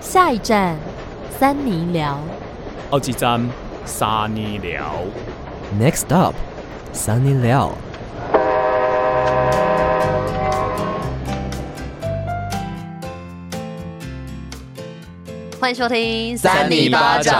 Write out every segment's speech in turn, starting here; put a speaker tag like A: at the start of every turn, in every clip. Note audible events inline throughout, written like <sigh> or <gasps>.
A: 下一站，三尼寮。
B: 后一站沙尼寮。
C: Next up, Sunny Liao。
A: 欢迎收听《
D: 三尼巴掌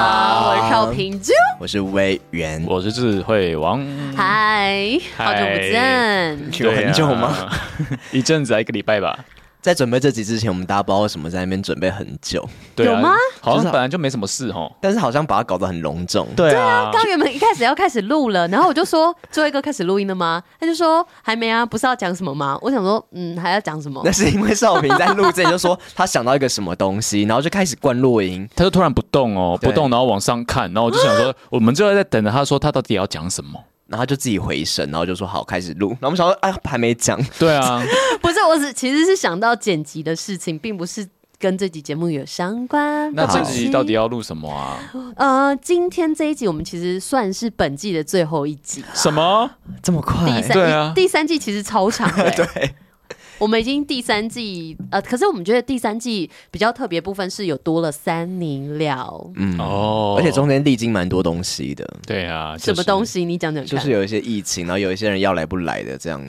A: 我是邵平珠。
D: 我是威元，
B: 我是智慧王，
A: 嗨，
B: 嗨
A: 好久不见。
D: 去了很久吗？
B: 对啊？ <laughs> 一阵子啊，一个礼拜吧。
D: 在准备这集之前，我们大家不知道为什么在那边准备很久，
B: 对啊
A: 有吗？
B: 好
D: 就是
B: 像
D: 啊
B: 本来就没什么事吼。
D: 但是好像把它搞得很隆重。 <laughs>
B: 对啊
A: 刚原本一开始要开始录了，然后我就说最后一个开始录音了吗？他就说还没啊，不是要讲什么吗？我想说，嗯，还要讲什
B: <laughs>
A: 么
D: 那？是因为少平在录这里就说他想到一个什么东西，然后就开始灌录音。
B: 他就突然不动哦，
D: 对
B: 不动，然后往上看，然后我就
A: <gasps>
B: 想说，我们就在等着他说他到底要讲什么。
D: 然后他就自己回神，然后就说好开始录。然后我们想说，哎，还没讲，
B: 对啊，
A: 不是，我只其实是想到剪辑的事情，并不是跟这集节目有相关。
B: <laughs> 那
A: 对
B: 这
A: 不起
B: 集到底要录什么啊？
A: 呃，今天这一集我们其实算是本季的最后一集，
B: 什么？
D: 这么快
A: 第三、
B: 对啊
A: 第三季其实超长
B: <laughs>
A: 的、欸
D: 对，
A: 我们已经第三季呃，可是我们觉得第三季比较特别部分是有多了三年了，
D: 嗯，
B: 哦
D: 而且中间历经蛮多东西的，
A: 嗯
B: 对啊，
A: 什么东
B: 西？
A: 西？你讲讲看，
D: 就是有一些疫情，然后有一些人要来不来的这
A: <laughs>
D: 样。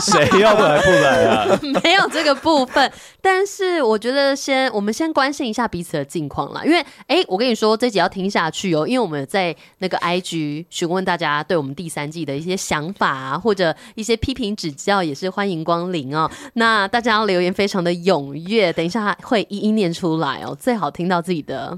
B: 谁要来不来啊？
A: 没有这个部分， <laughs> 但是我觉得先我们先关心一下彼此的近况啦，因为哎、诶我跟你说这集要听下去哦，因为我们在那个 IG 询问大家对我们第三季的一些想法啊，或者一些批评指教，也是欢迎光临哦。那大家留言非常的踊跃，等一下会一一念出来哦，最好听到自己的，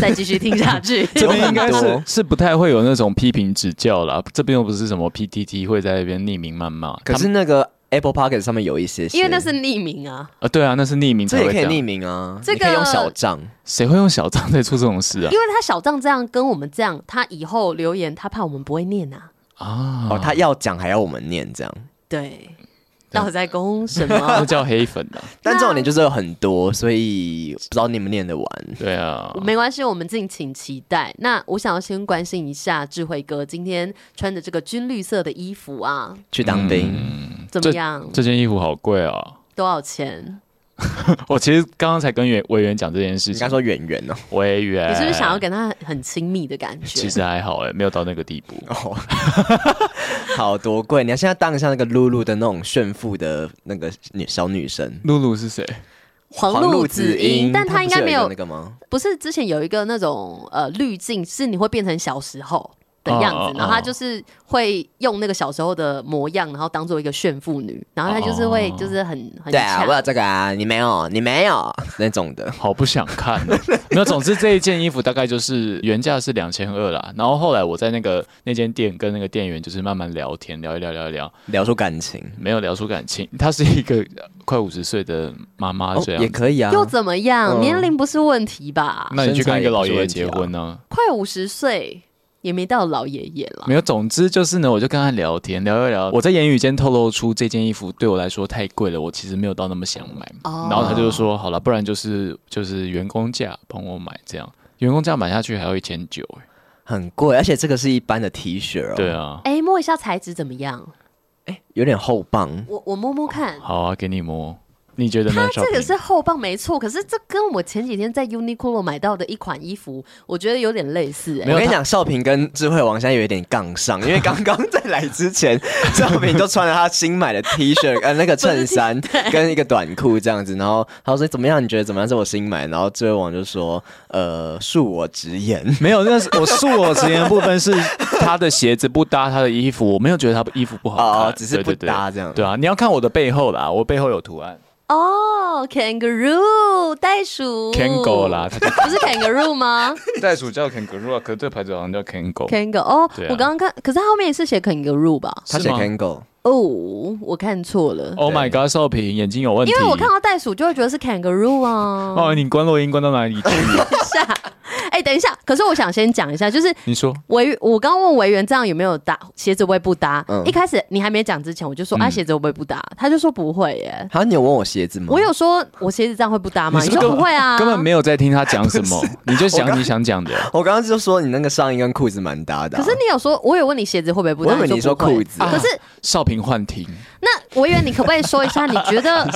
A: 再继续听下去。
B: <laughs> 这边应该
D: 有很
B: 是
D: 多
B: 是不太会有那种批评指教啦，这边又不是什么 PTT 会在那边匿名谩骂。
D: 可是那个 Apple p o c k e t 上面有一些些，
A: 因为那是匿名啊，
B: 啊，对啊，那是匿名
D: 这
B: 才
D: 也
B: 会
D: 可以
B: 这
D: 匿
B: 样。
D: 名啊，
A: 这
D: 你可以用
A: 个
D: 小账。
B: 谁会用小账在做这种事
D: <laughs>
B: 啊
A: 因？为他小账这样跟我们这样，他以后留言他怕我们不会念啊。
B: 啊，
D: 哦，他要讲还要我们念这样，
A: 对，到底在攻什
B: 那
A: 么？
B: 叫黑粉啊。
D: 但这种点就是有很多，所以不知道你们念得完。
B: 对啊，
A: 没关系，我们敬请期待。那我想要先关心一下智慧哥今天穿的这个军绿色的衣服啊，
D: 去当兵，
B: 嗯
A: 怎么样？
B: 这件衣服好贵哦。
A: 多少钱？
B: 我其实刚刚才跟委委员讲这件事
D: 你刚
B: 情，
D: 说圆圆哦，
B: 委员，
A: 你是不是想要？跟他很亲密的感觉？
B: 呃其实还好哎、没有到那个地步。
D: 哦，好多贵！你要现在当一下那个露露的那种炫富的那个女小女生，
B: 露露是谁？
A: 黄路子英，但
D: 她
A: 他应该
D: 不是
A: 没
D: 有一
A: 有
D: 个那，个吗？
A: 不是之前有一个那种呃滤镜，是你会变成小时候。的样
B: 哦
A: 子
B: 哦哦，
A: 然后他就是会用那个小时候的模样，然后当做一个炫妇女，然后他就是会
B: 哦
A: 就是很很
D: 对啊，
A: 强
D: 我有这个啊，你没有，你没有那种的。
B: 好不想看、
D: <laughs>
B: 哦。没有，总之这一件衣服大概就是原价是两千二啦。然后后来我在那个那间店跟那个店员就是慢慢聊天，聊一聊，聊一聊，
D: 聊出感情
B: 没有聊出感情。她是一个快五十岁的妈妈
D: 哦
B: 这，样。
D: 也可以啊。
A: 又怎么样？
D: 嗯
A: 年龄不是问题吧？
B: 那你去跟一个老爷爷
D: 身材
B: 结
D: 也不是问题啊
B: 婚呢、
A: 快五十岁也没到老爷爷了。
B: 没有，总之就是呢，我就跟他聊天，聊一聊。我在言语间透露出这件衣服对我来说太贵了，我其实没有到那么想买。
A: 哦
B: 然后他就说，好了，不然就是就是员工价帮我买这样，员工价买下去还要一千九。
D: 很贵，而且这个是一般的 T 恤哦，
B: 对，啊，
A: 哎，摸一下材质怎么样？
D: 有点厚棒。
A: 我我摸摸看。
B: 好啊，给你摸，你觉得呢
A: 它？
B: 小
A: 这个
B: 平
A: 是厚棒没错，可是这跟我前几天在 Uniqlo 买到的一款衣服，我觉得有点类似、
B: 没
A: 哎，
B: 有
D: 我跟你讲，少平跟智慧王现在有一点杠上，因为刚刚在来之前，少平就穿了他新买的 T 恤，呃，那个衬衫跟一个短裤这样子，然后他说怎么样？你觉得怎么样？是我新买，然后智慧王就说，呃，恕我直言，
B: 没有，那是我恕我直言的部分是他的鞋子不搭他的衣服，我没有觉得他衣服不好看，
D: 哦哦只是
B: 对对
D: 不搭这样
B: 对对啊，你要看我的背后啦，我背后有图案
A: 哦、k a n g a r o o 袋
B: 哦
A: 鼠
B: ，Kango 啦，， <laughs> 它
A: 不是 Kangaroo
B: <laughs>
A: 吗
B: 袋鼠叫 Kangaroo，啊可是这个牌子好像叫 Kango。
A: ？Kango 哦、
B: 对啊
A: 我刚刚看，可是它后面也是写 Kangaroo 吧？
D: 他写
B: 是吗
D: Kango，
A: 哦、我看错了
B: Oh my god，少平眼睛有问题。
A: 因为我看到袋鼠就会觉得是 Kangaroo 啊。
B: <laughs> 哦，你关录音关到哪里去？
A: 下，哎、等一下，可是我想先讲一下，就是
B: 你说
A: 维，我刚问维园这样有没有搭鞋子会不会不搭？
D: 嗯
A: 一开始你还没讲之前，我就说、啊，鞋子会不会不搭？他就说不会耶。
D: 好，你有问我鞋子吗？
A: 我有说我鞋子这样会不搭吗？你
B: 是不是
A: 说不会啊，
B: 根本没有在听他讲什 <laughs> 么，你就想你想讲的。
D: 我刚刚就说你那个上衣跟裤子蛮搭的啊、
A: 可是你有说，我有问你鞋子会不会不搭？
D: 我以为你说
A: 不会
D: 裤子啊
A: 可是
B: 少平幻听，
A: 那维园，你可不可以说一下，你觉
D: <laughs>
A: 得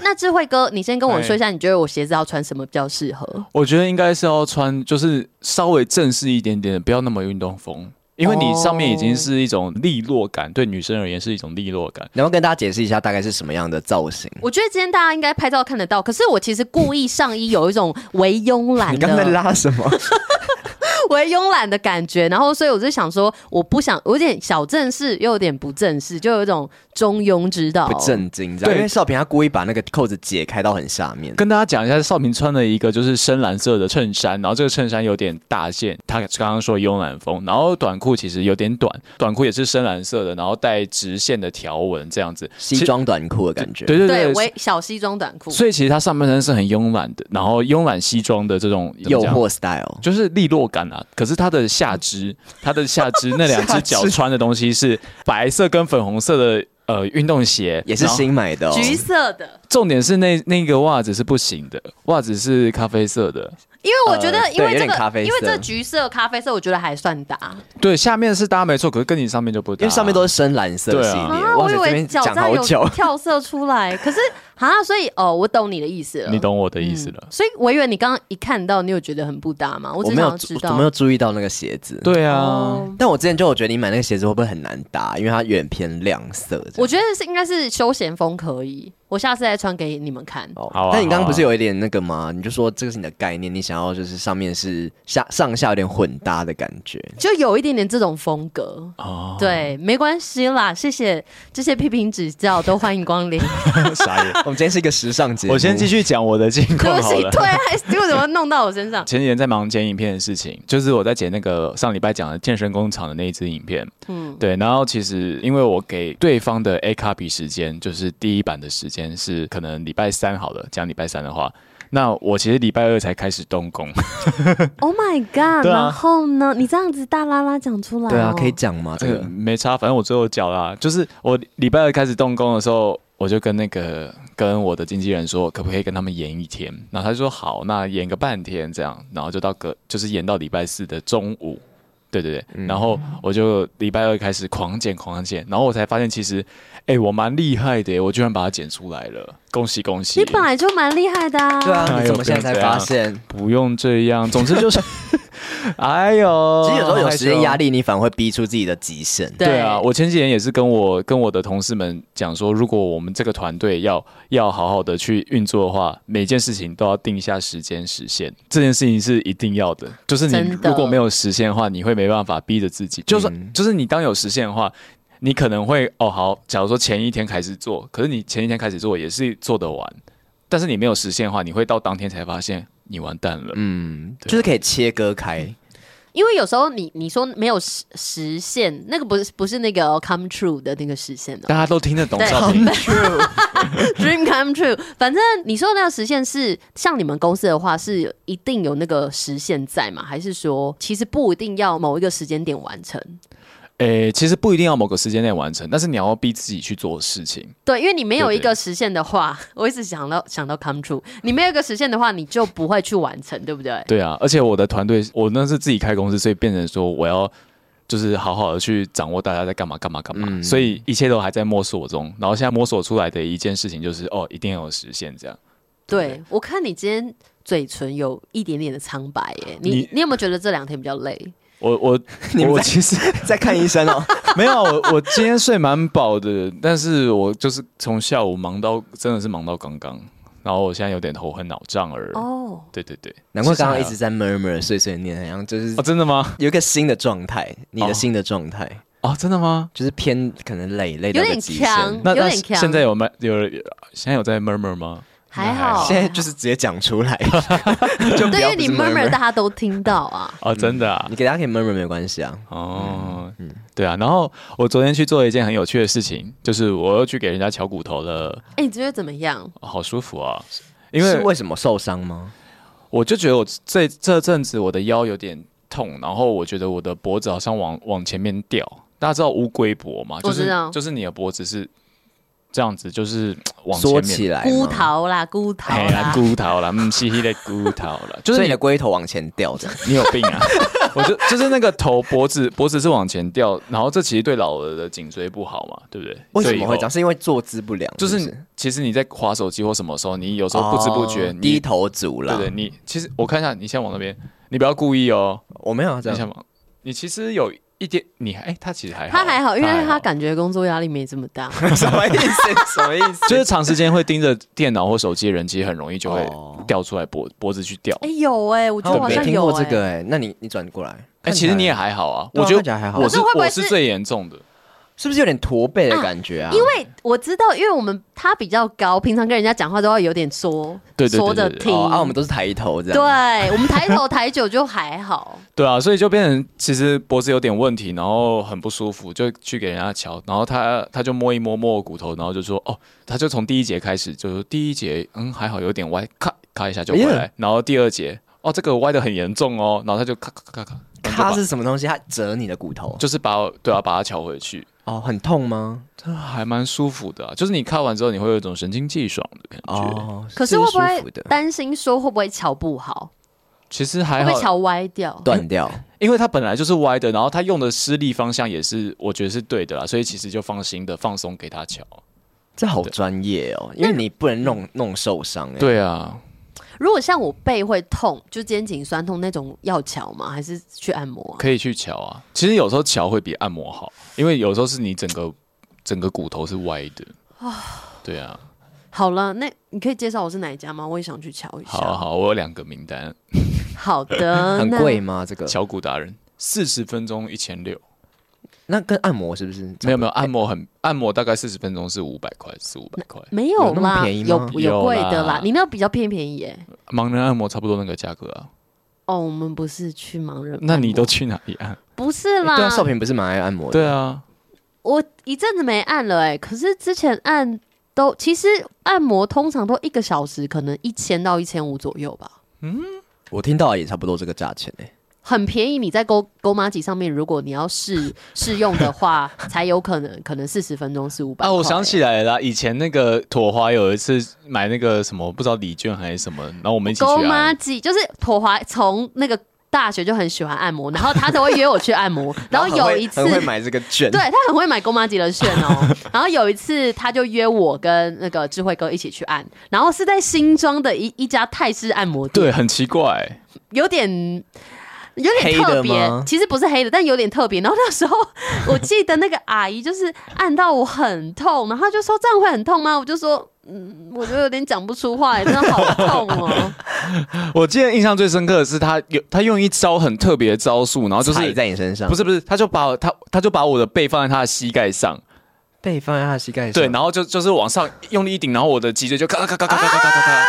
A: 那智慧哥，你先跟我说一下，你觉得我鞋子要穿什么比较适合？
B: 我觉得应该是要穿，就是稍微正式一点点的，不要那么运动风，因为你上面已经是一种利落感，对女生而言是一种利落感。
D: 然后跟大家解释一下大概是什么样的造型。
A: 我觉得今天大家应该拍照看得到，可是我其实故意上衣有一种微慵懒
D: 你刚才
A: 的、
D: 拉什么？
A: 微慵懒的感觉，然后所以我就想说，我不想我有点小正式，又有点不正式，就有一种中庸之道。
D: 不正经，这样
B: 对
D: 因为少平他故意把那个扣子解开到很下面。
B: 跟大家讲一下，少平穿了一个就是深蓝色的衬衫，然后这个衬衫有点大件，他刚刚说慵懒风，然后短裤其实有点短，短裤也是深蓝色的，然后带直线的条纹这样子。
D: 西装短裤的感觉，
B: 对对
A: 对，
B: 对，
A: 微小西装短裤。
B: 所以其实他上半身是很慵懒的，然后慵懒西装的这种怎么
D: 诱
B: 讲
D: 惑 style。
B: 就是利落感啊。可是他的下肢，他的下肢那两只脚穿的东西是白色跟粉红色的呃运动鞋，
D: 也是
B: 然后
D: 新买的哦，
A: 橘色的，
B: 重点是那那个袜子是不行的，袜子是咖啡色的。
A: 因为我觉得，
D: 呃
A: 因为
D: 对有
A: 这
D: 点
A: 个，
D: 咖啡色
A: 因为这个橘色、咖啡色，我觉得还算搭。
B: 对，下面是搭没错，可是跟你上面就不搭、
D: 因为上面都是深蓝色
B: 对
D: 系列。
A: 啊，我
D: 哇塞，
A: 以
D: 这
A: 为
D: 边
A: 脚
D: 讲
A: 站
D: 好久
A: 有，跳色出
D: <laughs>
A: 来，可是啊，所以哦，我懂你的意思了。
B: 你懂我的意思了。
A: 所以维园，你刚刚一看到，你有觉得很不搭吗？我
D: 我
A: 只
D: 没
A: 想
D: 有
A: 要
D: 注
A: 知
D: 我
A: 道
D: 没。有注意到那个鞋子。
B: 对啊，
A: 哦
D: 但我之前就有觉得你买那个鞋子会不会很难搭，因为它有点偏亮色这样。
A: 我觉得是应该是休闲风可以，我下次再穿给你们看。
D: 哦
B: 好啊
D: 但你刚
B: 好啊
D: 刚不是有一点那个吗？你就说这个是你的概念，你想要就是上面是下上下有点混搭的感 <laughs> 觉。
A: 就有一点点这种风格，
B: 哦，
A: 对，没关系啦，谢谢这些批评指教，都欢迎光临。
B: 傻眼。
D: <laughs> 我们今天是一个时尚节目，
B: 我先继
D: 续。
B: 续讲我的近
A: 对
B: 况
A: 不
B: 好
A: 起，
B: 了。
A: 对，还结果怎么弄到我身
B: <laughs>
A: 上？
B: 前几天在忙剪影片的事情，就是我在剪那个上礼拜讲的健身工厂的那一支影片，
A: 嗯，
B: 对，然后其实因为我给对方的 A copy 时间，就是第一版的时间是可能礼拜三好了，讲礼拜三的话，那我其实礼拜二才开始动工，
A: Oh my god！、
B: 对啊
A: 然后呢？你这样子大拉拉讲出来、哦，
D: 对啊，可以讲吗？这
B: 这个
D: 个
B: 没差，反正我最后缴啦。就是我礼拜二开始动工的时候，我就跟那个跟我的经纪人说，可不可以跟他们延一天？然后他就说好，那延个半天这样，然后就到隔就是延到礼拜四的中午。对对对，
D: 嗯
B: 然后我就礼拜二开始狂剪狂剪，然后我才发现其实，哎、我蛮厉害的耶，我居然把它剪出来了，恭喜恭喜！
A: 你本来就蛮厉害的啊。
D: 对啊，
B: 哎呦
D: 你怎么现在才发现？
B: 不用这样，总之就是， <laughs> 哎呦，
D: 其实有时候有时间
B: 力。
D: 压力，你反而会逼出自己的极限。
A: 对
B: 对啊，我前几年也是跟我跟我的同事们讲说，如果我们这个团队要要好好的去运作的话，每件事情都要定下时间实现，这件事情是一定要的。就是你
A: 真的
B: 如果没有实现的话，你会没办法逼着自己。就算、就是你当有实现的话。你可能会哦好，假如说前一天开始做，可是你前一天开始做也是做得完，但是你没有实现的话，你会到当天才发现你完蛋了。
D: 嗯，
B: 啊
D: 就是可以切割
B: <laughs>
D: 开。
A: 因为有时候你你说没有实实现，那个不是不是那个哦 come true 的那个实现
B: <laughs>
A: 哦、
B: 大家都听得懂
A: 对
B: 少平
A: d r e a m come true。反正你说那个实现是像你们公司的话，是一定有那个实现在吗？还是说其实不一定要某一个时间点完成？
B: <laughs> 诶、其实不一定要某个时间内完成，但是你要逼自己去做事情。
A: 对，因为你没有
B: 对
A: 一
B: 对
A: 个实现的话， <laughs> 我一直想到想到 come true，你没有一个实现的话，你就不会去完成，对不对？
B: 对啊，而且我的团队，我那是自己开公司，所以变成说我要就是好好的去掌握大家在干嘛干嘛干嘛，
D: 嗯
B: 所以一切都还在摸索中。然后现在摸索出来的一件事情就是，哦，一定要有实现这样。
A: 对
B: 对不
A: 我看你今天嘴唇有一点点的苍白耶，你你
B: 你
A: 有没有觉得这两天比较累？
B: 我我
D: <laughs> 你们
B: 我
D: 在
B: 其实
D: 在看医生哦，
B: 没有啊，我我今天睡蛮饱的，但是我就是从下午忙到真的是忙到刚刚，然后我现在有点头昏脑胀而。
A: 哦，
B: 对对对，
D: <laughs> 难怪刚刚一
B: 其
D: 直
B: 实
D: 在 murmur 碎碎念，好像就
B: 啊
D: 是
B: 还好哦，真的吗？
D: 有一个新的状态，你的
B: 哦
D: 新的状态
B: 哦，真的吗？
D: 就是偏可能累累到
A: 有
D: 一个
A: 点
D: 极限
A: 强。
B: 那
A: 有
B: 那
A: 点强
B: 现在有没有现在有在 murmur 吗？
A: 还好，
D: 现在就是直接讲出
A: <laughs>
D: 来，就不
A: 对，因
D: 要
A: 为你
D: 不是
A: murmur 大家都听到 <laughs> 啊。
B: 哦，真的啊
D: 你，给大家可以 murmur 没关系啊。
B: 哦，对啊。然后我昨天去做了一件很有趣的事情，就是我又去给人家敲骨头了，
A: 哎、你觉得怎么样？
B: 好舒服啊！因
D: 因为
B: 为
D: 为什么受伤吗？
B: 我就觉得我这这阵子我的腰有点痛，然后我觉得我的脖子好像往往前面掉。大家知道乌龟脖吗？就
A: 我知
B: 是
A: 道
B: 就是你的脖子是这样子，就是嘖往前
D: 缩
B: 面
D: 起来吗，
A: 孤头啦，孤头
D: 哎
B: 嘿啦， <laughs>
A: 啦，
B: 骨头啦，嗯，嘻嘻的骨头 <laughs> 啦，就
D: 所
B: 是
D: 以
B: 你
D: 你的龟头往前掉的。
B: 你有病 <laughs> 啊！我就就是那个头脖子脖子是往前掉，然后这其实对老了的颈椎不好嘛，对不对？
D: 为什
B: 所以以
D: 么
B: 后
D: 会这样？？是因为坐姿不良，
B: 就是是其实你在划手机或什么时候，你有时候不知不觉
D: 哦
B: 你
D: 低头族了。
B: 对对，你其实我看一下，你先往那边，你不要故意哦，
D: 我没有啊这
B: 你
D: 样。
B: 先往，你其实有一点，你还哎，他其实还好，
A: 他还好，因为他感觉工作压力没这么大。
D: <laughs> 什么意思？什么意思？
B: <laughs> <laughs> 就是长时间会盯着电脑或手机的人，其实很容易就会
D: 哦
B: 掉出来脖脖子去掉
A: <laughs> 哎、。有哎、我觉得
D: 我
A: 好
D: 没
A: 像
D: 听
A: 有
D: 过
A: 哎、
D: 这个哎，那你你转过来，
B: 哎，其实你也还好啊，
D: 对啊
B: 我觉
D: 看起来还
B: 得
D: 好
B: 我
A: 可
B: 是
A: 是会不会
B: 我是
A: 是
B: 最严重的，
D: 是不是有点驼背的感觉啊？
A: 因为我知道，因为我们他比较高，平常跟人家讲话都要有点缩，
B: 对对对
A: 缩着
B: 对对
A: 听。
D: 哦啊，我们都是抬头这
A: 对
D: 样。
A: 我们抬头抬久就还
D: <laughs>
A: 好，
B: 对啊，所以就变成其实脖子有点问题，然后很不舒服，就去给人家瞧，然后他他就摸一摸摸我骨头，然后就说哦，他就从第一节开始，就是第一节嗯还好有点歪，咔咔一下就回
D: 哎
B: 来，然后第二节哦这个歪的很严重哦，然后他就咔咔咔咔，然后就把
D: 它是什么东西？它折你的骨头
B: 就是把我对啊把它瞧回去，
D: 哦，很痛吗？
B: 这还蛮舒服的啊、就是你看完之后你会有一种神清气爽的感觉，
D: 哦，
A: 可是
D: 这
A: 会
D: 舒
A: 不会
D: 服的
A: 担心说会不会瞧不好，
B: 其实
A: 会
B: 还
A: 不会
B: 好，
A: 瞧歪掉？
D: 断掉？
B: 因为它本来就是歪的，然后他用的施力方向也是我觉得是对的啦，所以其实就放心的放松给他瞧。
D: 这好专业哦，因为你不能弄弄受伤哎。
B: 对啊，
A: 如果像我背会痛，就肩颈酸痛那种，要瞧吗？还是去按摩啊、
B: 可以去瞧啊。其实有时候瞧会比按摩好，因为有时候是你整个整个骨头是歪的。对啊，
A: 好了，那你可以介绍我是哪一家吗？我也想去瞧一下。
B: 好啊好啊，我有两个名单，
A: 好的，
D: <laughs> 很
A: 那
D: 贵吗？这个
B: 敲骨达人四十分钟一千六，
D: 那跟按摩是不是差不多？
B: 没有没有，按摩很按摩大概四十分钟是五百块，四五百块，
A: 没有
D: 有那么
A: 啦，
D: 便宜
A: 有
D: 吗
A: 有贵的
B: 有
A: 啦
B: 啦，
A: 你那比较偏便宜耶、
B: 盲人按摩差不多那个价格啊。
A: 哦，我们不是去盲人按摩，
B: 那你都去哪里按？
A: 不是啦？
D: 对啊，少平不是蛮爱按摩的。
B: 对啊，
A: 我一阵子没按了哎、可是之前按都其实按摩通常都一个小时，可能一千到一千五左右吧，
D: 我听到也差不多这个价钱哎。
A: 很便宜。你在勾勾马吉上面，如果你要试 <laughs> 试用的话，才有可能可能四十分钟是五百。
B: 啊，我想起来了啦，以前那个妥华有一次买那个什么，不知道礼券还是什么，然后我们一起
A: 勾
B: 去
A: 马
B: 按。
A: 吉就是妥华从那个大学就很喜欢按摩，然后他都会约我去按摩，然后
D: 很会
A: 有一次
D: 很会买这个券，
A: 对，他很会买公妈吉的券哦。然后有一次，他就约我跟那个智慧哥一起去按，然后是在新庄的一一家泰式按摩店，
B: 对，很奇怪、
A: 有点。有点
D: 黑
A: 特
D: 的
A: 别
D: 吗，
A: 其实不是黑的，但有点特别。然后那时候我记得那个阿姨就是按到我很痛，然后她就说这样会很痛吗？我就说嗯，我就有点讲不出话来，真的好痛哦。
B: 我记得印象最深刻的是他有他用一招很特别的招数，然后就
D: 踩
B: 是
D: 在你身上，
B: 不是不是，他就把我他他就把我的背放在他的膝盖上，
D: 背放在他的膝盖上。
B: 对，然后就就是往上用力一顶，然后我的脊椎就咔咔咔咔咔咔咔咔咔，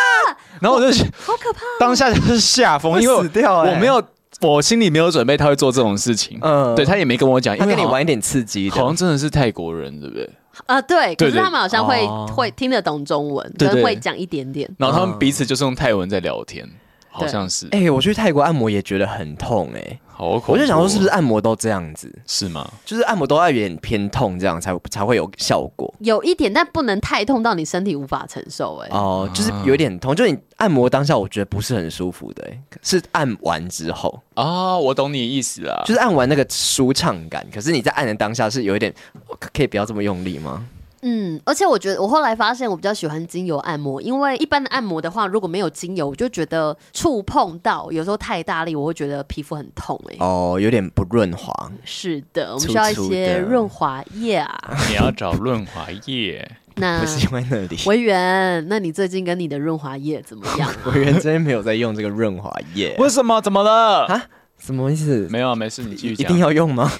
B: 然后我就
A: 好可怕！
B: 当下就是吓疯，因为
D: 会
B: 我
D: 死掉欸
B: 我没有我心里没有准备他会做这种事情，
D: 嗯
B: 对他也没跟我讲，因
D: 他
B: 为
D: 跟你
B: 好像
D: 玩一点刺激
B: 好像
D: 的，
B: 真的是泰国人，对不对？
A: 啊，对，可
B: 对
A: 是
B: 对
A: 他们好像会
D: 哦
A: 会听得懂中文，
B: 对
A: 跟
B: 对
A: 会讲一点点。
B: 然后他们彼此就是用泰文在聊天，好像是，
D: 哎、我去泰国按摩也觉得很痛哎、
B: 好恐怖哦
D: 我就想说是不是按摩都这样子，
B: 是吗？
D: 就是按摩都要有点偏痛，这样才才会有效果
A: 有一点，但不能太痛到你身体无法承受、哎、
D: 哦、就是有点痛，就是你按摩当下我觉得不是很舒服的、欸，是按完之后，
B: 啊，我懂你意思啦，
D: 就是按完那个舒畅感，可是你在按的当下是有一点，可可以不要这么用力吗？
A: 嗯，而且我觉得我后来发现，我比较喜欢精油按摩，因为一般的按摩的话，如果没有精油，我就觉得触碰到有时候太大力，我会觉得皮肤很痛、哎、
D: 哦、有点不润滑，
A: 是的，我们
D: 粗
A: 需要一
D: 粗
A: 些
D: 的
A: 润滑液啊。
B: 你要找润滑液。
A: 那
D: <laughs> 不是因为那里。
A: <laughs> 维园，那你最近跟你的润滑液怎么样？
D: <laughs> 我原真的没有在用这个润滑液，
B: 为什么？怎么了？
D: 啊什么意思？
B: 没有啊，没事，你继续
D: 一
B: 讲。
D: 定要用吗？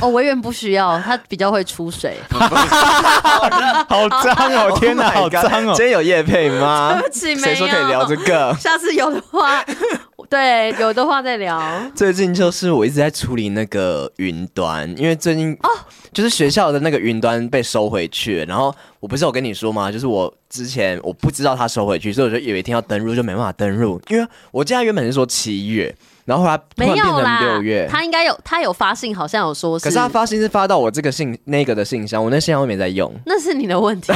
A: 哦，维园不需要，他比较会出
D: <laughs>
A: 水。
B: <laughs> 好脏哦！天哪，好
D: Oh my god，
B: 脏哦！
D: 今天有夜配吗？ <laughs>
A: 对不起没有
D: 谁说可以聊这个
A: <laughs> ？下次有的话，对，有的话再
D: <laughs>
A: 聊。
D: 最近就是我一直在处理那
A: 哦
D: 个云端，因为最近就是学校的那个云端被收回去了，然后我不是有跟你说吗？就是我之前我不知道他收回去，所以我就有一天要登录就没办法登录，因为我记得他原本是说七月，然后后来突
A: 没
D: 然变
A: 有
D: 成
A: 啦
D: 六月，。
A: 他应该有，他有发信，好像有说
D: 可是他发信是发到我这个信那个的信箱，我那信箱我没在用。
A: 那是你的问
D: <laughs>
A: 题。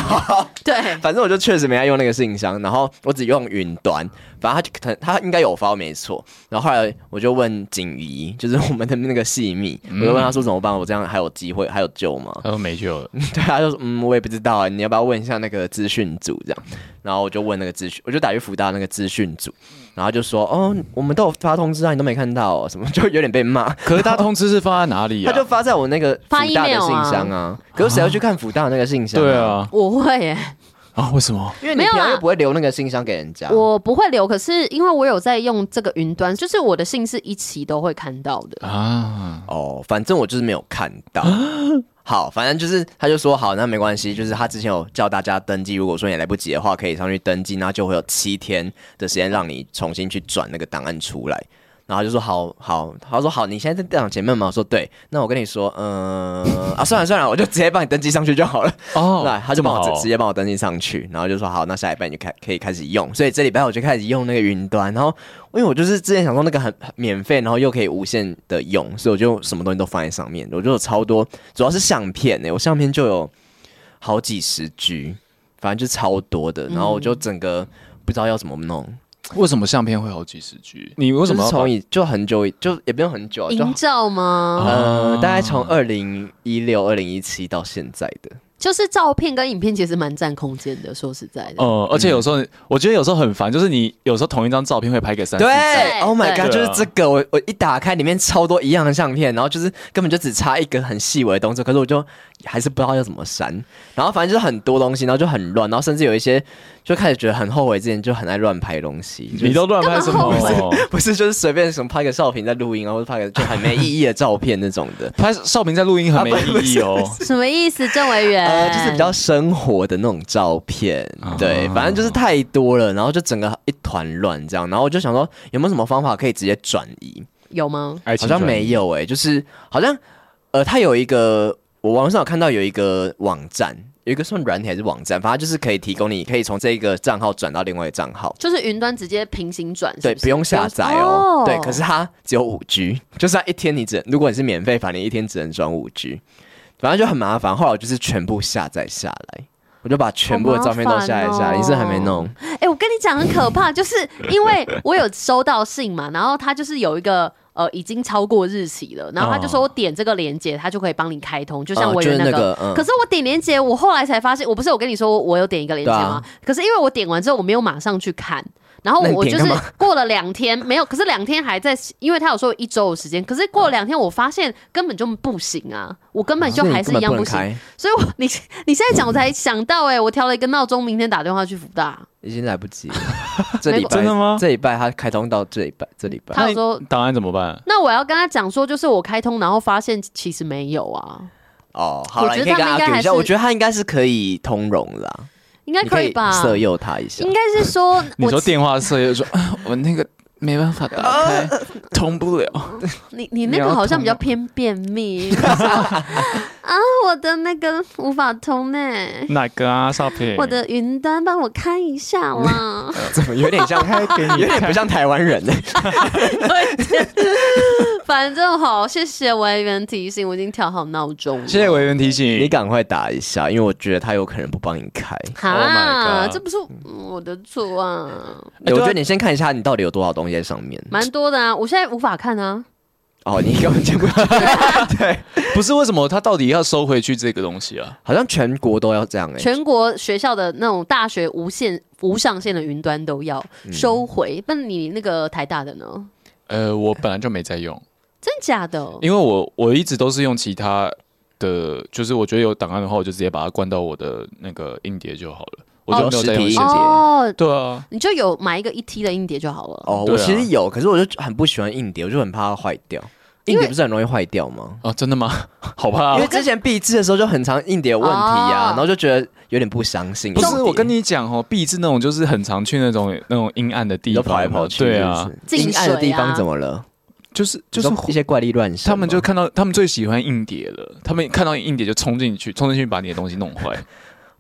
A: 对，
D: 反正我就确实没在用那个信箱，然后我只用云端，反正他就可能他应该有发没错。然后后来我就问景怡，就是我们的那个戏密，
B: 嗯
D: 我就问他说怎么办？我这样还有机会，还有救吗？ <laughs>
B: 他说没救了，
D: 对，他就说嗯，我也不知道啊，你要不要问一下那个资讯组这样？然后我就问那个资讯，我就打去福大那个资讯组，然后就说哦，我们都有发通知啊，你都没看到、哦，什么就有点
B: <laughs>
D: 被骂。
B: 可是他通知是放在哪里
D: 他
B: 啊？
D: 就发在我那个福
A: 发
D: 大的
A: email
D: 信
A: 啊
D: 箱啊，可是谁要去看福大那个信箱、
B: 对，啊
A: 我会耶，
B: 啊，为什么？
D: 因哦为你
A: 没有
D: 平常
A: 啦
D: 又不会留那个信箱给人家。
A: 我不会留，可是因为我有在用这个云端，就是我的信是一起都会看到的。
B: 啊，
D: 哦，反正我就是没有看到。好，反正就是他就说好，那没关系，就是他之前有叫大家登记，如果说你来不及的话，可以上去登记，那就会有七天的时间让你重新去转那个档案出来。然后他就说好好，他说好，你现在在电脑前面吗？我说对，那我跟你说，嗯、啊，算了算了，我就直接帮你登记上去就好了。
B: 哦
D: 对，他就
B: 这么
D: 帮我
B: 好
D: 直直接帮我登记上去，然后就说好，那下礼拜你就开可以开始用，所以这礼拜我就开始用那个云端，然后因为我就是之前想说那个很很免费，然后又可以无限的用，所以我就什么东西都放在上面，我就有超多，主要是相片欸呢、我相片就有好几十 G，反正就超多的，然后我
B: 嗯
D: 就整个不知道要怎么弄，
B: 为什么相片会有几十 G？你为什么
D: 就
B: 要
D: 是从
B: 把？
D: 以就很久以就也不用很久啊，就
A: 营照吗？
D: 呃大概
B: 哦
D: 从二零一六、二零一七到现在的，
A: 就是照片跟影片其实蛮占空间的，说实在的。
D: 哦
B: 呃，而且有时候、我觉得有时候很烦，就是你有时候同一张照片会拍给三四张
A: 对
D: 对，Oh my
A: 对
D: god，就
B: 对
D: 是
B: 啊
D: 这个，我我一打开里面超多一样的相片，然后就是根本就只差一个很细微的动作，可是我就还是不知道要怎么删，然后反正就是很多东西，然后就很乱，然后甚至有一些就开始觉得很后悔，之前就很爱乱拍东西，就是
B: 你都乱拍什么？，
D: 不是就是随便什么拍个照片在录音啊，或者拍个就很没意义的照片那种的
B: <laughs> 拍少平在录音很没意义
D: <laughs>
B: 哦。
A: 什么意思，郑委员？
D: 呃，就是比较生活的那种照片，
B: 啊
D: 对，反正就是太多了，然后就整个一团乱这样，然后我就想说有没有什么方法可以直接转移，
A: 有吗？
B: 爱
D: 好
B: 情
D: 像
B: 转
D: 没
B: 移
D: 有诶、哎就是好像呃，它有一个我网络上有看到有一个网站，有一个算软体还是网站，反正就是可以提供你可以从这个账号转到另外一个账号。
A: 就是云端直接平行转，
D: 对，
A: 是
D: 不用下载哦。对，可是它只有五 G，就是它一天你只能，如果你是免费，反正你一天只能转五 G，反正就很麻烦。后来我就是全部下载下来，我就把全部的照片都下载下
A: 好麻
D: 来。
A: 烦哦
D: 你是还没弄？
A: 哎、我跟你讲很可怕，就是因为我有收到信嘛，然后他就是有一个呃已经超过日期了，然后他就说我点这个连接，他就可以帮你开通，就像
D: 嗯
A: 我
D: 哦就
A: 有
D: 是
A: 那
D: 那
A: 个
D: 个。嗯
A: 可是我点连接，我后来才发现，我不是有跟你说我有点一个连接吗？可是因为我点完之后，我没有马上去看。然后
D: 啊那你
A: 我就
D: 点
A: 是
D: 干嘛
A: <laughs> 过了两天没有，可是两天还在，因为他有说一周的时间，可是过了两天我发现根本就不行啊，我根本就
D: 哦所以你
A: 还是
D: 根
A: 一
D: 本
A: 样
D: 不能
A: 行。
D: 开，
A: 所以我 <laughs> 你你现在讲我才想到哎、我调了一个闹钟，明天打电话去福大。
D: 已经来不及
A: <laughs>
D: 了。这礼拜
B: 真的吗
D: 这礼拜它开通到这礼拜，这礼拜
A: 他有说，
B: 档案怎么办？
A: 那我要跟他讲说，就是我开通，然后发现其实没有啊，
D: 哦，好
A: 我
D: 了，
A: 觉
D: 你
A: 得
D: 可以跟
A: 他
D: 他
A: 们应该
D: argue 一下，
A: 还是
D: 我觉得他应该是可以通融啦，
A: 应该
D: 你
A: 可
D: 可
A: 以吧？
D: 色诱他一下
A: 应。该是说
B: <laughs> 你说
A: 我
B: 电话设计说，啊我那个没办法打
D: 啊
B: 开，通不了。
A: 你你那个好像比较偏便秘啊，我的那个无法通呢、
B: 哪个啊，少平？
A: 我的云端帮我开一下啦。
D: <laughs> 怎么有点
B: <laughs>
D: 像，有点不像台湾人呢？
A: <laughs> 反正好，谢谢委员提醒，我已经调好闹钟了。
B: 谢谢委员提醒。
D: 你赶快打一下，因为我觉得他有可能不帮你开。
A: 哈
B: Oh my god
A: 这不是嗯我的错啊，
B: 哎
D: 欸我觉得你先看一下你到底有多少东西在上面。
A: 蛮多的啊，我现在无法看啊。
D: 哦，你根本
A: <laughs>
D: 见不到。对，
B: 不是为什么他到底要收回去这个东西啊？
D: 好像全国都要这样哎。
A: 全国学校的那种大学无限无上限的云端都要
D: 嗯
A: 收回。那、你那个台大的呢？
B: 呃，我本来就没在用，
A: 真假的？
B: 因为我我一直都是用其他的，就是我觉得有档案的话，我就直接把它灌到我的那个硬碟就好了，我就没有在用
D: 实体
B: 硬
D: 硬
B: 碟
D: 碟。
A: 哦，
B: 对啊，
A: 你就有买一个一 T 的硬碟就好了。
D: 哦，
B: 对
D: 我
B: 啊
D: 其实有，可是我就很不喜欢硬碟，我就很怕它坏掉。硬碟不是很容易坏掉吗？
B: 啊，真的吗？ <laughs> 好怕哦、
D: 因为之前壁纸的时候就很常硬碟有问题啊
A: 哦，
D: 然后就觉得有点不相信。
B: 不是我跟
D: 你
B: 你讲哦，壁纸那种就是很常去那种那种阴暗的地
D: 你都
B: 方，
D: 跑来跑去，
B: 对啊，
D: 是不是
A: 进
D: 阴暗的
A: 水
D: 地方
A: 啊
D: 怎么了？
B: 就是
D: 就
B: 就是
D: 是一些怪力乱神吗，
B: 他们就看到他们最喜欢硬碟了，他们看到硬碟就冲进去，冲进去把你的东西弄坏。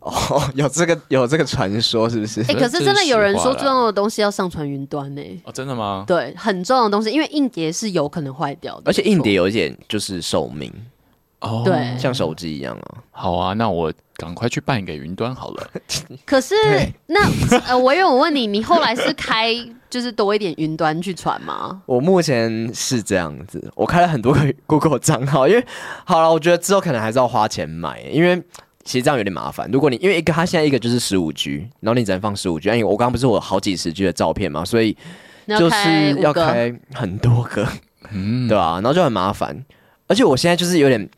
D: 哦，有这个有这个传说是不是？
A: 哎、
B: 这
A: 可是真的有人说
B: 这是实话啦
A: 重要的东西要上传云端呢、哎
B: 哦，真的吗？
A: 对，很重要的东西，因为硬碟是有可能坏掉的，
D: 而且硬碟
A: 没错
D: 有一点就是寿命，
B: 哦，
A: 对
D: 像手机一样啊。
B: 好啊，那我赶快去办一个云端好 <laughs> 了。
A: 可是那呃，我有问你，你后来是开就是多一点云端去传吗？
D: 我目前是这样子，我开了很多个 <laughs> Google 账号，因为好了，我觉得之后可能还是要花钱买，因为其实这样有点麻烦。如果你因为一个它现在一个就是十五 G，然后你只能放十五 G，哎，我刚刚不是我好几十 G 的照片嘛，所以
A: 你
D: 就
A: 开
D: 是
A: 五
D: 要
A: 个，
D: 开很多个，
B: 嗯，
D: <laughs> 对啊，然后就很麻烦。而且我现在就是有点，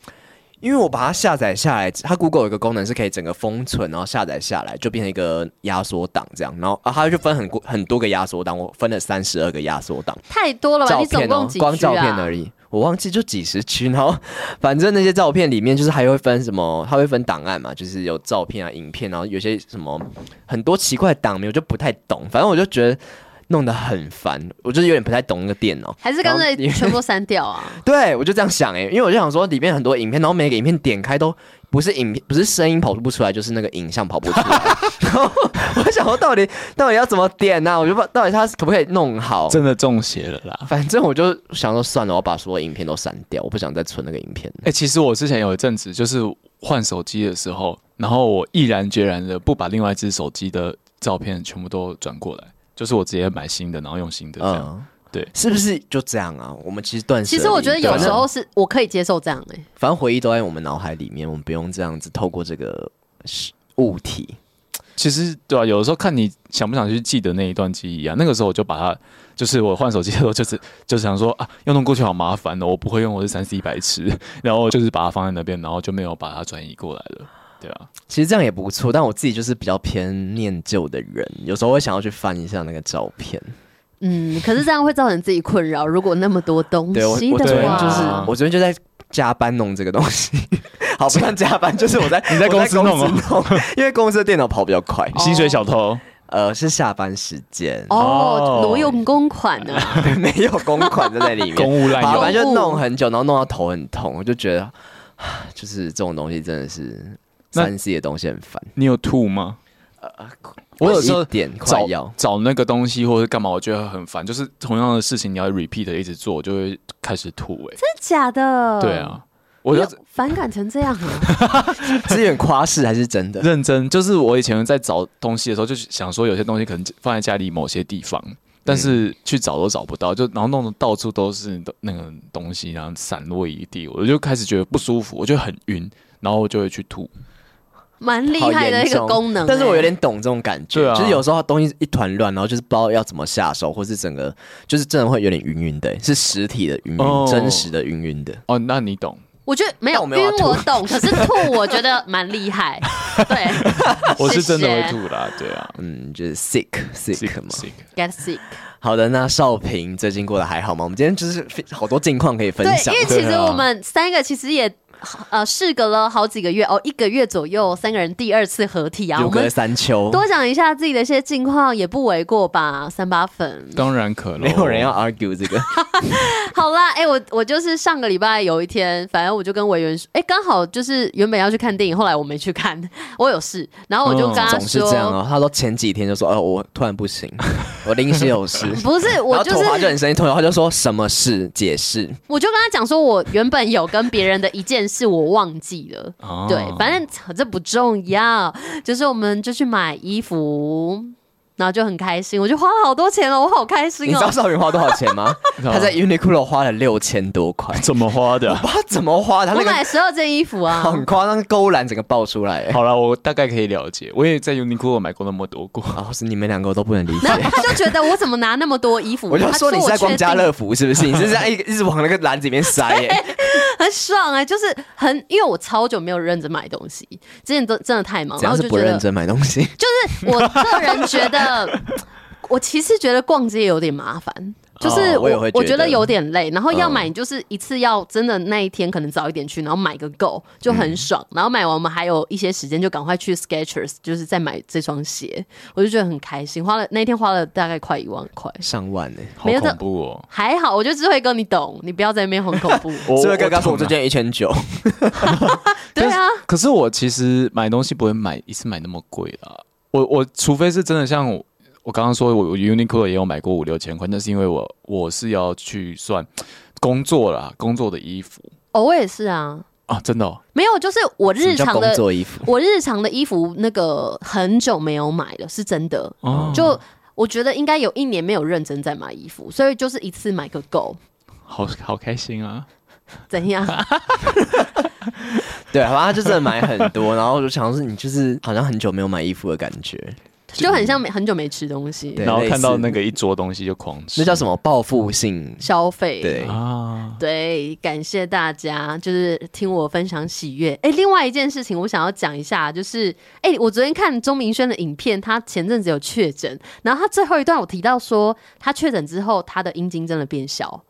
D: 因为我把它下载下来，它 Google 有一个功能是可以整个封存，然后下载下来就变成一个压缩档这样，然后啊它就分很多很多个压缩档，我分了三十二个压缩档，
A: 太多了吧？
D: 照
A: 你总
D: 片哦
A: 共、几
D: 光照
A: 区
D: 片
A: 啊？
D: 而已。我忘记就几十区，然后反正那些照片里面就是还会分什么，它会分档案嘛，就是有照片啊、影片，然后有些什么很多奇怪的档名，我就不太懂。反正我就觉得弄得很烦，我就是有点不太懂那个电脑。
A: 还是干脆
D: 然后
A: 全部删掉啊？
D: 对，我就这样想哎、因为我就想说里面很多影片，然后每个影片点开都不是影片，不是声音跑不出来，就是那个影像跑不出来。 <laughs> 然后我想说到底到底要怎么点呢、我就不知道到底它可不可以弄好。
B: 真的中邪了 <laughs> 啦。
D: 反正我就想说算了，我把所有影片都删掉，我不想再存那个影片。
B: 哎、其实我之前有一阵子就是换手机的时候，然后我毅然决然的不把另外一只手机的照片全部都转过来，就是我直接买新的，然后用新的这样。
D: 嗯，
B: 对
D: 是不是就这样啊？我们其实断舍
A: 其
D: 离。啊
A: 实我觉得有
D: 反
A: 时
D: 正
A: 候是我可以接受这样哎、
D: 反正回忆都在我们脑海里面，我们不用这样子透过这个是物体。
B: 其实对啊，有的时候看你想不想去记得那一段记忆啊。那个时候我就把它，就是我换手机的时候，就是 <laughs> 就是想说啊，要弄过去好麻烦哦，我不会用，我是三 C 白痴。然后我就是把它放在那边，然后就没有把它转移过来了。对啊，
D: 其实这样也不错，但我自己就是比较偏念旧的人，有时候会想要去翻一下那个照片。
A: 嗯，可是这样会造成自己困扰。如果那么多东
D: 对我，
A: 西
D: 我
A: 的
D: 昨天
A: 话，
D: 就是
B: 哇
D: 我昨天就在加班弄这个东西， <laughs> 好，不算加班，就是我在
B: <laughs> 你在
D: 我
B: 公司弄哦
D: 弄因为公司的电脑跑比较快，
B: 薪水小偷，
D: 呃，是下班时间，
A: 哦
B: 哦，
A: 挪用公款啊，
D: 对 <laughs> 没有公款就在里面，
B: 公务滥
D: 好，
B: 用。
D: 反正就弄很久，然后弄到头很痛，我就觉得， <sighs> 唉就是这种东西真的是
B: 那
D: 三 C 的东西很烦。
B: 你有吐吗？我有时候
D: 一点呃快
B: 找
D: 要，
B: 找那个东西或者干嘛，我觉得很烦。就是同样的事情，你要 repeat 地一直做，我就会开始吐、欸。
A: 真的假的？
B: 对，啊，我
A: 有
B: 就
A: 反感成这样啊！
D: 是有点夸饰还是
B: <laughs>
D: 真的？
B: 认真，就是我以前在找东西的时候，就想说有些东西可能放在家里某些地方，但是去找都找不到，就然后弄得到处都是那个东西，然后散落一地，我就开始觉得不舒服，我就很晕，然后我就会去吐。
A: 蛮厉害的一个功能欸、
D: 但是我有点懂这种感觉，
B: 对啊
D: 就是有时候东西一团乱，然后就是不知道要怎么下手，或是整个就是真的会有点晕晕的、是实体的晕晕，
B: 哦
D: 真实的晕晕的。
B: 哦，那你懂，
A: 我觉得没
D: 但
A: 有
D: 我没有要
A: 晕，我懂。可是吐，我觉得蛮厉害。
D: <laughs>
A: 对
B: 我是真的
A: 谢
B: 会
A: 谢
B: 吐啦，对啊
D: 嗯，就是 sick sick 嘛。
B: sick。
A: ，get sick。
D: 好的，那少平最近过得还好吗？我们今天就是非好多近况可以分
A: 对，因
D: 享。
A: 为其实
B: 对啊
A: 我们三个其实也呃事隔了好几个月哦，一个月左右，三个人第二次合体啊。
D: 有
A: 我
D: 隔
A: 们
D: 三秋，
A: 多讲一下自己的一些近况也不为过吧，三八粉。
B: 当然可
D: <laughs> 没
B: 能
D: 有人要
A: 哦
D: argue 这个。
A: 好啦，哎、我我就是上个礼拜有一天，反正我就跟委员说，哎、刚好就是原本要去看电影，后来我没去看， <laughs> 我有事，然后我就跟他
D: 嗯总是
A: 说，
D: 这样哦。他说前几天就说，哦，我突然不
A: <laughs>
D: 行，我临时有事。
A: 不是，我
D: 然后
A: 就是
D: 头发就很生气，头发就说什么事解释，
A: 我就跟他讲说，我原本有跟别人的一件事我忘记了，
B: 哦
A: 对，反正这不重要，就是我们就去买衣服。然后就很开心，我就花了好多钱了，我好开
D: 你
A: 心
D: 知
A: 哦
D: 道！少云花多少钱
A: <laughs>
D: 吗？他在 Uniqlo 花了六千多块，
B: <laughs> 怎么花的啊、
D: 他怎么花？他
A: 我
D: 那
A: 买
D: 个
A: 十二件衣服啊，
D: <laughs> 很夸张，购物篮整个爆
A: <laughs>
D: 出来。 <laughs> 哎
B: 好了，我大概可以了解，我也在 Uniqlo 买过那么多过。
D: 然后是你们两个我都不能理解
A: 然。后 <laughs> 他就觉得我怎么拿那么多衣服？
D: <laughs> 我就
A: 他
D: 说你是
A: 我
D: 在逛
A: 确
D: 家
A: 定
D: 乐福是不是？你是在一一直往那个篮子里面塞耶？
A: <laughs> 很爽哎、就是很，因为我超久没有认真买东西，之前真真的太忙，
D: 怎
A: 然
D: 样
A: 后就是
D: 不
A: 觉得
D: 认，真买东西？
A: <laughs> 就是我个人觉得，我其实觉得逛街有点麻烦，就是
D: 哦我也会觉
A: 觉得
D: 得
A: 有点累，然后要
D: 嗯
A: 买你就是一次要真的那一天可能早一点去，然后买个够就很爽，
D: 嗯
A: 然后买完我们还有一些时间就赶快去 Skechers，就是再买这双鞋，我就觉得很开心，花了那一天花了大概快一万块，
D: 上万呢、
A: <laughs>
B: 好
A: 没有的
B: 恐怖哦！
A: 还好，我觉得智慧哥你懂，你不要在那边很恐怖，
B: 我
D: 这位哥刚
B: 懂
D: 说我这
B: 啊
D: 件一千九，
A: 对啊，
B: 可是我其实买东西不会买一次买那么贵啦，我我除非是真的像我我刚刚说我我 Uniqlo 也有买过五六千块，那是因为我我是要去算工作啦，工作的衣服
A: 哦，我也是啊，
B: 啊，真的、哦，
A: 没有，就是我
D: 什么
A: 日
D: 叫
A: 常
D: 工
A: 的
D: 作衣服。
A: 我日常的衣服那个很久没有买了，是真的。
B: 哦
A: 就我觉得应该有一年没有认真在买衣服，所以就是一次买个够，
B: 哦好好开心啊！
A: 怎样？
D: <laughs> 对，好像他就真的买很多，然后我就想说你就是好像很久没有买衣服的感觉，
A: 就很像没很久没吃东西
D: 对，
B: 然后
D: 类
B: 看到
D: 似
B: 那个一桌东西就狂吃，
D: 那叫什么报复性？
A: 消费。
D: 对，
B: 啊？
A: 对感谢大家，就是听我分享喜悦。哎，另外一件事情我想要讲一下，就是哎，我昨天看钟明轩的影片，他前阵子有确诊，然后他最后一段我提到说，他确诊之后他的阴茎真的变小。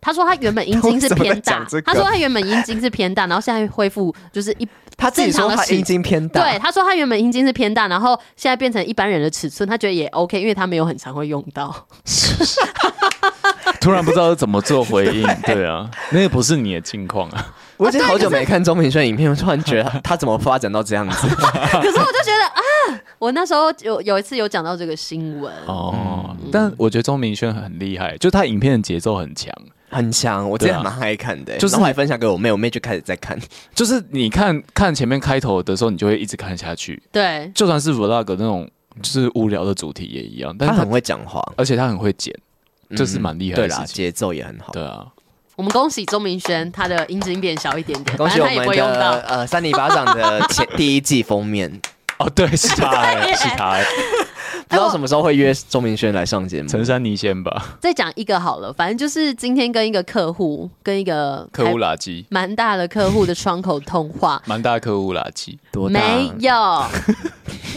A: 他说他原本阴茎是
D: <laughs> 为什么
A: 偏
D: 在
A: 大
D: 讲，这个
A: 他说他原本阴茎是偏大，然后现在恢复就是一
D: 他自己说他阴茎偏大，
A: 对，他说他原本阴茎是偏大，然后现在变成一般人的尺寸，他觉得也 OK，因为他没有很常会用到。
B: 突然不知道怎么做回应，对啊，那个不是你的境况啊，
D: 我已经好久没看钟明轩影片，我突然觉得他他怎么发展到这样
A: <laughs>
D: 子？
A: 可是我就觉得啊，我那时候有有一次有讲到这个新闻，
B: 哦，
D: 嗯
B: 但我觉得钟明轩很厉害，就他影片的节奏很强，
D: 很强，我之
B: 对啊
D: 前蛮爱看的、欸，
B: 就是
D: 然后还分享给我妹，我妹就开始在看。
B: 就是你看看前面开头的时候，你就会一直看下去，
A: 对，
B: 就算是 vlog 那种就是无聊的主题也一样，但
D: 他
B: 是他
D: 很会讲话，嗯
B: 而且他很会剪，这是蛮厉害
D: 对
B: 的
D: 啦，
B: 事情。
D: 节奏也很好。
B: 对啊，
A: 我们恭喜钟明轩，他的阴茎变小一点点，
D: 恭
A: 反
D: 喜
A: 正
D: 我
A: 他也
D: 们
A: 不会用
D: 的
A: 到。
D: 呃三里巴掌
B: <laughs>
D: 的前第一季封面，
B: 哦
D: <laughs>
B: 对，是他欸，是他欸，
D: 不知道什么时候会约钟明轩来上节
B: <laughs>
D: 目。
B: 陈珊妮先吧，
A: 再讲一个好了，反正就是今天跟一个客户，跟一个
B: 客
A: 还
B: 户垃圾，，
A: 蛮大的客户的窗口通话
D: <laughs>
B: 蛮大客户垃圾。
D: 多大？啊
A: 没有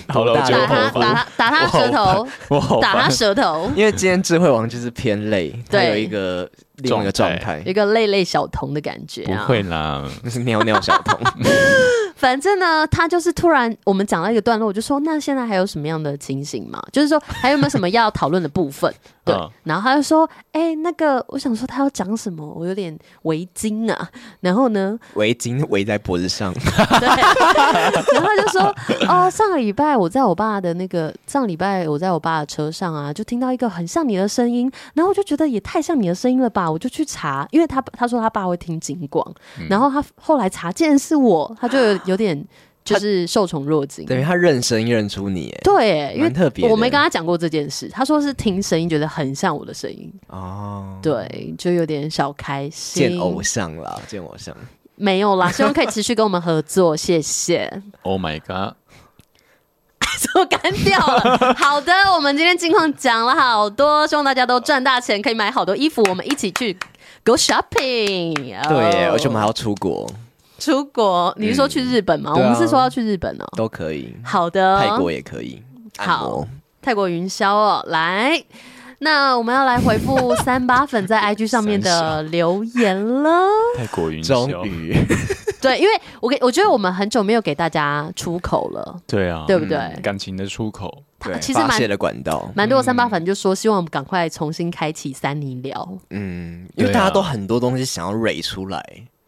B: 好了，我
D: 大
B: 觉得
A: 打
B: 我
A: 他
B: 好
A: 打
B: 烦，
A: 他打他舌头，
B: 我好
A: 打他
B: 烦。
A: 舌头。
D: <laughs> 因为今天智慧王就是偏累，他
A: 对
D: 有一个另外一个状态
A: 有，一个累累小童的感觉、
B: 不
A: 啊，
B: 会啦，
D: 那是尿尿小童。
A: 反正呢，他就是突然我们讲到一个段落，我就说那现在还有什么样的情形嘛？就是说还有没有什么要讨论的部分？对
B: 嗯，
A: 然后他就说，哎、那个我想说他要讲什么，我有点围巾啊。然后呢，
D: <laughs>
A: <laughs>
D: 围巾围在脖子上，
A: 对，然后他就说，哦、上个礼拜我在我爸的那个上礼拜我在我爸的车上啊，就听到一个很像你的声音，然后我就觉得也太像你的声音了吧，我就去查，因为他他说他爸会听金广，然后他后来查竟然是我，他就有有点就是受宠若惊。
D: <laughs> 等于他认声认出你耶，
A: 对，因为
D: 欸蛮特别的
A: 我没跟他讲过这件事，他说是听声音觉得很像我的声音，
D: 哦，
A: 对，就有点小开心。
D: 见偶像啦，见偶像。
A: 没有啦，希望可以持续跟我们合作，谢谢。 <laughs>
B: ，Oh my god，
A: 我干掉了。好的，我们今天近况讲了好多，希望大家都赚大钱，可以买好多衣服，我们一起去 go shopping。
D: 对耶，
A: 哦
D: 而且我们还要出国，
A: 出国，你是说去日本吗？我
D: 对啊
A: 们是说要去日本哦。
D: 都可以，
A: 好的，
D: 泰国也可以。按摩，
A: 泰国云霄哦，来。那我们要来回复三八粉在 IG 上面的留言了。
B: 泰国云
D: 终
B: 霄，
D: 于
A: 对，因为我给我觉得我们很久没有给大家出口了，
B: 对啊，
A: 对不对？
B: 感情的出口，
A: 他
D: 对
A: 其实
D: 发
A: 蛮
D: 泄的管道，
A: 蛮多的三八粉就说希望我们赶快重新开启三尼聊。
D: 嗯，
B: 对
D: 因为
B: 啊
D: 大家都很多东西想要蕊出来。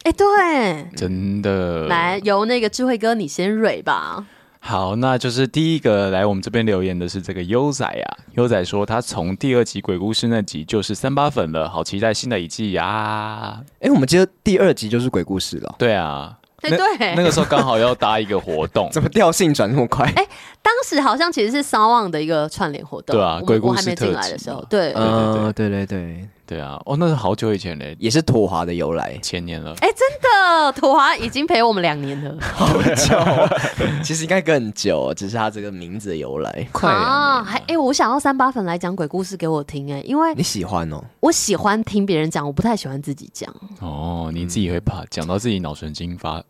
A: 哎、对，
B: 真的。
A: 来，由那个智慧哥你先蕊吧。
B: 好，那就是第一个来我们这边留言的是这个优仔啊，优仔说他从第二集鬼故事那集就是三八粉了，好期待新的一季啊！
D: 哎，我们接第二集就是鬼故事了，，
B: 对啊，
A: 哎
B: 那
A: 对
B: 那个时候刚好要搭一个活动
D: 怎么调性转那么快？
A: 当时好像其实是骚旺的一个串联活动，
B: 对啊
A: 我们
B: 鬼故事
A: 我还没进来的时候，对，哎、
D: 嗯，对对对，
B: 对啊，哦，那是好久以前嘞，。
D: 也是妥华的由来
B: 前年了，
A: 哎真的，土华已经陪我们两年了，
B: 啊
D: 其实应该更久，哦只是他这个名字的由来。啊
B: 快两年了
A: 还哎、我想要三八粉来讲鬼故事给我听、哎，因为
D: 你喜欢哦？
A: 我喜欢听别人讲，我不太喜欢自己讲，
B: 哦，你自己会怕讲到自己脑神经发，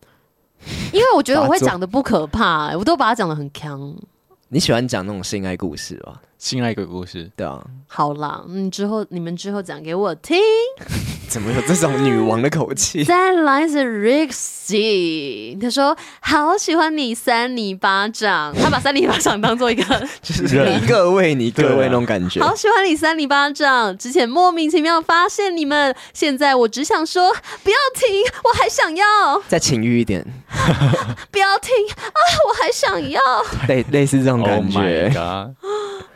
A: 因为我觉得我会
D: 发作
A: 讲的不可怕、哎我都把它讲的很强。
D: 你喜欢讲那种性爱故事吧？
B: 另外一个故事，
D: 对啊，
A: 好啦，嗯，之后你们之后讲给我听。
D: 怎么有这种女王的口气？
A: 再来自 Rixie，他说好喜欢你三里巴掌，他把三里巴掌当做一个
D: 就是你各位，你各位那种感觉。
A: 好喜欢你三里巴掌。之前莫名其妙发现你们，现在我只想说不要停，我还想要，
D: 再情欲一点，
A: 不要停啊，我还想要，
D: 类类似这种感觉
B: Oh my god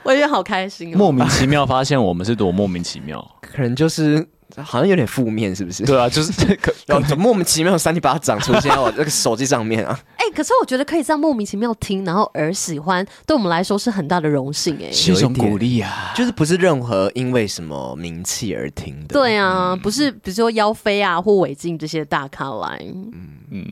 A: 我觉得好开心哦。
B: 莫名其妙发现我们是多莫名其妙。
D: 可能就是好像有点负面，是不是？
B: 对啊，就是这
D: <laughs>
B: 个。
D: 然后莫名其妙三里巴掌出现在我这个手机上面啊！
A: 哎、可是我觉得可以这样莫名其妙听，然后而喜欢，对我们来说是很大的荣幸哎、
B: 是一种
D: 有一点
B: 鼓励啊，
D: 就是不是任何因为什么名气而听的。
A: 对啊，不是比如说妖妃啊或韦静这些大咖来，嗯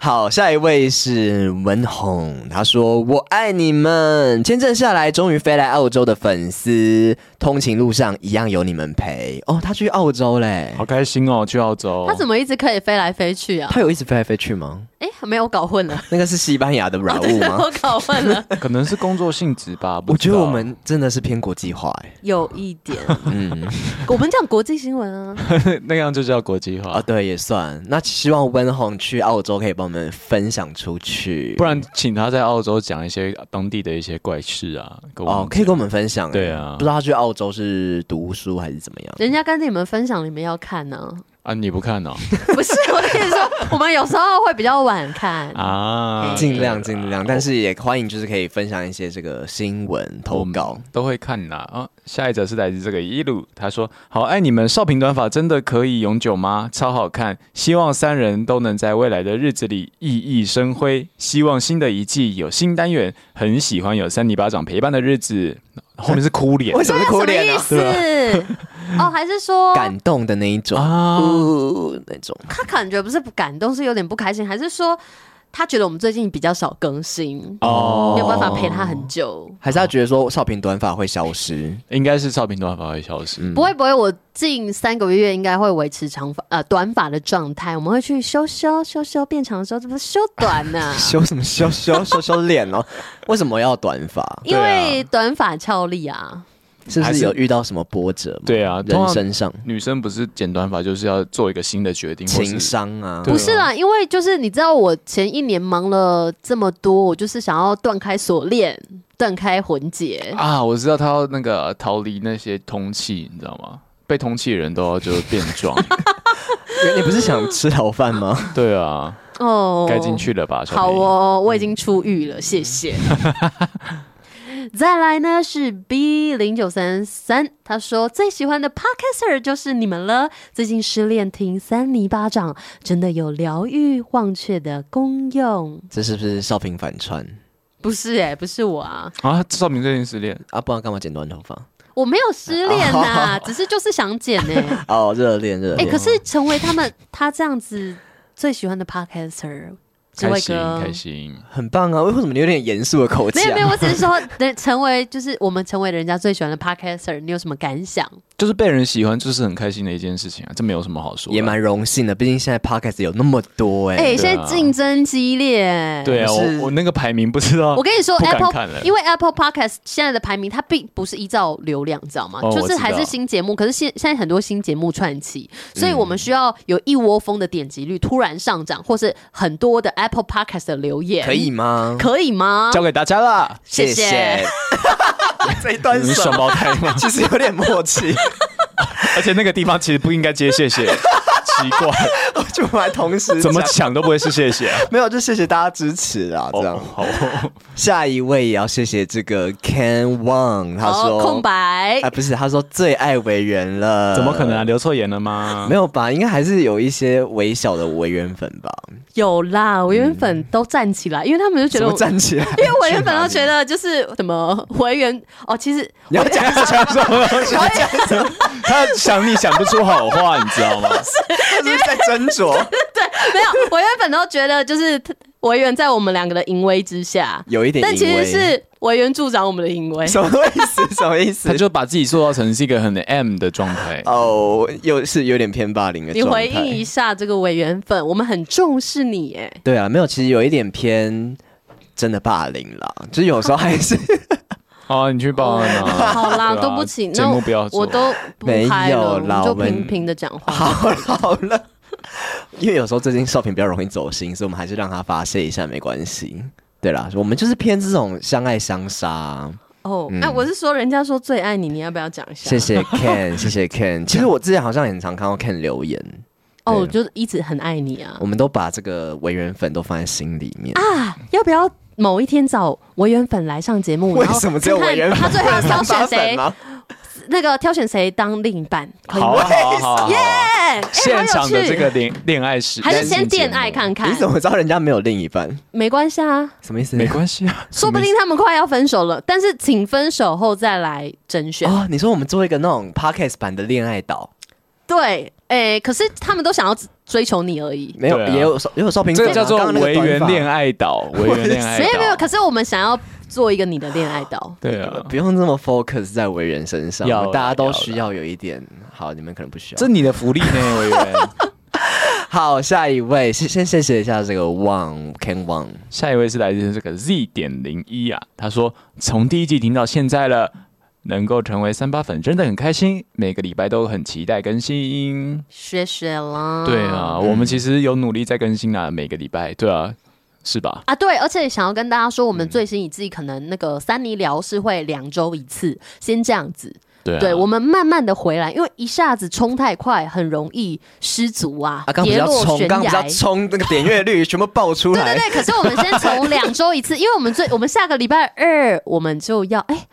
D: 好，下一位是文红，他说：“我爱你们。”签证下来，终于飞来澳洲的粉丝，通勤路上一样有你们陪。哦，他去澳洲嘞？
B: 好开心哦，去澳洲。
A: 他怎么一直可以飞来飞去啊？
D: 他有一直飞来飞去吗？
A: 哎、没有搞混了，
D: 那个是西班牙的软物吗？
A: 我搞混了，
B: 可能是工作性质吧？不
D: 我觉
B: 知
D: 得
B: 道
D: 我们真的是偏国际化哎、
A: 有一点。
D: 嗯，
A: 我们讲国际新闻啊，
B: <laughs> 那样就叫国际化
D: 啊，，对，也算。那希望温红去澳洲可以帮我们分享出去，
B: 不然请他在澳洲讲一些当地的一些怪事啊。跟我们
D: 哦，可以
B: 讲
D: 跟我们分享。
B: 对啊
D: 不知道他去澳洲是读书还是怎么样。
A: 人家跟你们分享，你们要看呢、
B: 啊？你不看
D: <laughs>
B: 哦？
A: 不是，我跟你说，我们有时候会比较晚看。
B: 啊，
D: 尽量
B: 对啦
D: 尽量，但是也欢迎就是可以分享一些这个新闻投稿。
B: 都会看啦。啊，下一则是来自这个一路，他说：“好哎爱你们，少平短发真的可以永久吗？超好看，希望三人都能在未来的日子里熠熠生辉。希望新的一季有新单元，很喜欢有三里巴掌陪伴的日子。”
D: 嗯
B: 后面是哭
D: <laughs>
B: 脸
D: 为什么是哭脸啊？
A: 什么意思？哦，还是说
D: 感动的那一种，
B: 啊，
D: 哦呜那种。
A: 他感觉不是不感动，是有点不开心，还是说他觉得我们最近比较少更新，
B: 哦
A: 没有办法陪他很久？
D: 还是他觉得说少平短发会消失，
B: 嗯应该是少平短发会消失。
D: 嗯
A: 不会不会，我近三个月应该会维持长发呃短发的状态，我们会去修修修修变长的时候，怎么修短啊呢、
D: <laughs> 修什么修修修修脸 <laughs> 哦？为什么要短发？
A: 因为短发俏丽啊，
D: 是不
B: 还
D: 是
B: 是
D: 有遇到什么波折吗？
B: 对啊通
D: 人
B: 常
D: 生上
B: 女生不是剪短发就是要做一个新的决定，或是
D: 情商啊，
B: 对
A: 不是啦，因为就是你知道，我前一年忙了这么多，我就是想要断开锁链，断开魂结。
B: 啊，我知道他要那个逃离那些通气，你知道吗？被通气的人都要就变
A: <laughs>
B: 壮，
D: 你你不是想吃牢饭吗？
B: 对啊，
A: 哦，
B: 该进去了吧？小
A: 好
B: 平，
A: 哦，我已经出狱
B: 嗯
A: 了，谢谢。再来呢是 B 零九三三，他说最喜欢的 Podcaster 就是你们了。最近失恋听三泥巴掌，真的有疗愈忘却的功用。
D: <laughs> 这是不是少平反串
A: 不是哎、不是我啊，
B: 啊，少平最近失恋，
D: 啊？不然干嘛剪短头发？
A: 我没有失恋
B: <laughs>
A: 呐、只是就是想剪哎、
B: 啊
D: 哦，热恋热
A: 哎、
D: 恋。
A: 可是成为他们他这样子最喜欢的 podcaster，智
B: 开
A: 慧
B: 心
A: 哥
B: 开。心，
D: 很棒啊！为什么你有点严肃的口气
A: 没有
D: 啊
A: 没？有，我只是说，人成为就是我们成为人家最喜欢的 podcaster，你有什么感想？
B: 就是被人喜欢，就是很开心的一件事情啊，这没有什么好说的，
D: 也蛮荣幸的，毕竟现在 podcast 有那么多哎、
A: 哎、现在竞争激烈。
B: 啊对啊，
D: 不是
B: 我我那个排名不知道，
A: 我跟你说
B: 不敢看
A: ，Apple
B: 了
A: 因为 Apple Podcast 现在的排名，它并不是依照流量，你知道吗？
B: 哦我
A: 就是
B: 知道
A: 还是新节目，可是现现在很多新节目串起，
B: 嗯
A: 所以我们需要有一窝蜂的点击率突然上涨，或是很多的 Apple Podcast 的留言，
D: 可以吗？
A: 可以吗？
B: 交给大家啦，
A: 谢谢
D: <laughs> 这一
A: 啊
D: 段
B: 你是
D: 什
B: 双
D: 么？
B: 胞胎
A: <laughs>
B: 吗？
D: 其实有点默契， <laughs>
B: 而且那个地方其实不应该接谢谢，奇
A: <laughs>
B: 怪，
D: 我就来同时
B: 怎么
D: 讲
B: 抢都不会是谢谢啊，
D: 没有？就谢谢大家支持啊！这样，
B: 哦好哦
D: 下一位也要谢谢这个 Ken Wang，他
A: 好
D: 说、
A: 哦空白
D: 啊，，不是，他说最爱为人了，
B: 怎么可能啊？？留错言了吗？
D: 没有吧？应该还是有一些微小的为人粉吧？
A: 有啦，维园粉都站起来，因为他们就觉
D: 怎
A: 得
D: 么
A: 我。
D: 站起来？
A: <laughs> 因为维园粉都觉得就是什么维园哦，其实
D: <laughs> 你要讲什么？你要讲什么？
B: <laughs> 他想你想不出好话，你知道吗？
D: <laughs> 是不是在斟酌？
A: 没有维园粉都觉得就是维园在我们两个的淫威之下，
D: 有一点
A: <laughs> 但其
D: 淫
A: 实
D: 威
A: 是维园助长我们的淫威。
D: 什么意思？什么意思
B: 他？就把自己塑造成是一个很 M 的状态。
D: 哦，又是有点偏霸凌的
A: <laughs> 你
D: 状态。
A: 回应一下这个委员粉，我们很重视你哎，
D: 对啊，没有，其实有一点偏。真的霸凌啦，就是有时候
A: <laughs>
D: 还是
B: 哦，你去报案
D: 哦
B: 啊！
A: 好啦，
B: 对啊
A: 对不
B: <laughs>
A: 起，
B: 节
A: 那
B: 目不要做
A: 我都不
D: 没
A: 拍
D: 有
A: 了，
D: 啦
A: 我就
D: 我们
A: 平平的讲话。
D: 好了好了，因为有时候最近少平比较容易走心，所以我们还是让他发泄一下没关系。对啦，我们就是偏这种相爱相杀啊。
A: 哦，哎，我是说人家说最爱你，你要不要讲一下？<laughs>
D: 谢谢 Ken，谢谢 Ken。其实我之前好像很常看到 Ken 留言，
A: 哦，
D: 对
A: 我就一直很爱你啊
D: 我们都把这个为人粉都放在心里面。
A: 啊！要不要某一天找维园粉来上节目？
D: 为
A: 然后
D: 什么只有
A: 看看
D: 为人粉？
A: 他最后挑
D: <laughs>
A: 选谁？
D: 吗？
A: 那个挑选谁当另一半？可以
B: 好啊
A: 吗？
B: 好啊好啊好啊
A: 耶！哎
B: 现场
A: 好有
B: 的
A: 趣
B: 这个恋恋爱史，
A: 还是先恋爱看看
D: 你，怎么知道人家没有另一半？
A: 没关系啊，
D: 什么意思？
B: 没关系啊，
A: <laughs> 说不定他们快要分手了，但是请分手后再来甄选。
D: 哦，你说我们做一个那种 podcast 版的恋爱岛，
A: 对，哎，可是他们都想要追求你而已。
D: 没有，
B: 对啊
D: 也有也有少平
B: 这
D: 粉
B: 个
D: 啊
B: 叫做
D: 刚刚那
B: 维
D: 个短
B: 园
D: 发
B: 恋爱岛，维园恋爱岛，。
A: 没有没有，可是我们想要做一个你的恋爱岛
B: 对啊，
D: 不用这么 focus 在为人身上，
B: 要啦
D: 大家
B: 要
D: 都
B: 啦
D: 需要有一点。好，你们可能不需要。
B: 这你的福利呢，维园。
D: 好，下一位，先先谢谢一下这个 Wang Ken Wang，
B: 下一位是来自这个 Z 点零一啊，他说从第一季听到现在了，能够成为三八粉真的很开心，每个礼拜都很期待更新。
A: 谢谢啦。
B: 对啊，
D: 嗯
B: 我们其实有努力在更新啊，每个礼拜，对啊，是吧？
A: 啊，对，而且想要跟大家说，
D: 嗯
A: 我们最新一季可能那个三尼聊是会两周一次，先这样子。
B: 对啊，
A: 对，我们慢慢的回来，因为一下子冲太快，很容易失足啊，
D: 啊，刚刚比
A: 跌
D: 较
A: 落
D: 冲，
A: 悬
D: 刚刚比
A: 崖
D: 较。冲，那个点阅率全部爆出
A: 对对
D: 来。
A: 对，可是我们先从两周一次，因为我们最我们下个礼拜二我们就要哎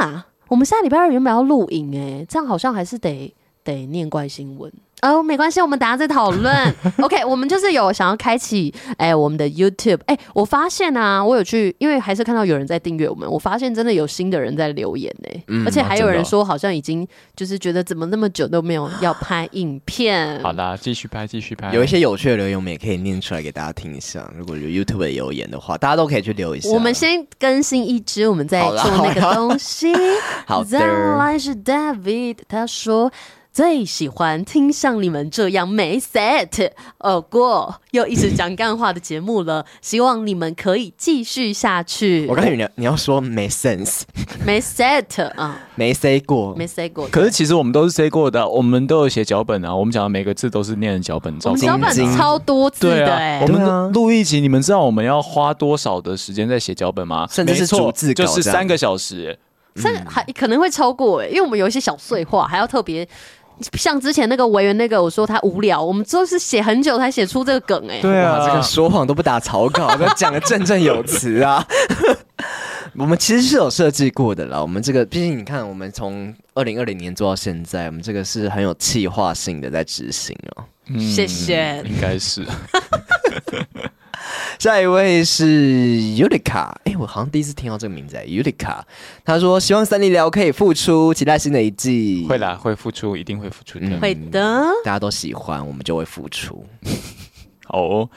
A: 啊，我们下礼拜二原本要录影哎，这样好像还是得得念怪新
B: <laughs>
A: 闻。哦，没关系，我们等下再讨论。OK，我们就是有想要开启哎我们的 YouTube。哎，我发现啊，我有去，因为还是看到有人在订阅我们，我发现真的有新的人在留言呢、而且还有
B: 真的
A: 人
B: 哦
A: 说好像已经就是觉得怎么那么久都没有要拍影片。
B: 好啦，继续拍，继续拍。
D: 有一些有
B: 哎
D: 趣的留言，我们也可以念出来给大家听一下。如果有 YouTube 的留言的话，大家都可以去留一下。
A: 我们先更新一支，我们再
D: 啊好
A: 做
D: 啦
A: 那个东西。
D: 好的
A: 再来是 David，他说最喜欢听像你们这样没 set 耳过又一直讲干话的节目了，希望你们可以继续下去。
D: 我刚才以为你要你要说没 sense，
A: 没 set 啊、
D: 没 say 过，
A: 没 set 过。
B: 可是其实我们都是 say 过的啊，我们都有写脚本啊，我们讲的每个字都是念脚本
A: 我
B: 照
A: 们小
B: 稿
D: 脚
A: 本
D: 晶晶
A: 超多次
B: 对
A: 的
B: 啊
A: 哎、，
B: 我
D: 对啊
B: 们录一集，你们知道我们要花多少的时间在写脚本吗？
D: 甚至是
B: 没错
D: 逐字稿
B: 就是
D: 这样
B: 三个小时。
A: 甚至还可能会超过哎、因为我们有一些小碎话，还要特别像之前那个维园那个，我说他无聊，我们就是写很久才写出这个梗哎、
B: 对
D: 哇，这个说谎都不打草
B: <laughs>
D: 稿，都讲的振振有词啊。 <laughs> 我们其实是有设计过的啦，我们这个毕竟你看，我们从二零二零年做到现在，我们这个是很有计划性的在执行哦。
A: 谢谢。
B: 应该是。
D: 下一位是 Utica，哎、我好像第一次听到这个名字、欸、，Utica。他说希望三力聊可以付出，期待新的一季。
B: 会，啦，会付出，一定会付出的。
A: 会的，
D: 大家都喜欢，我们就会付出。
B: 好哦，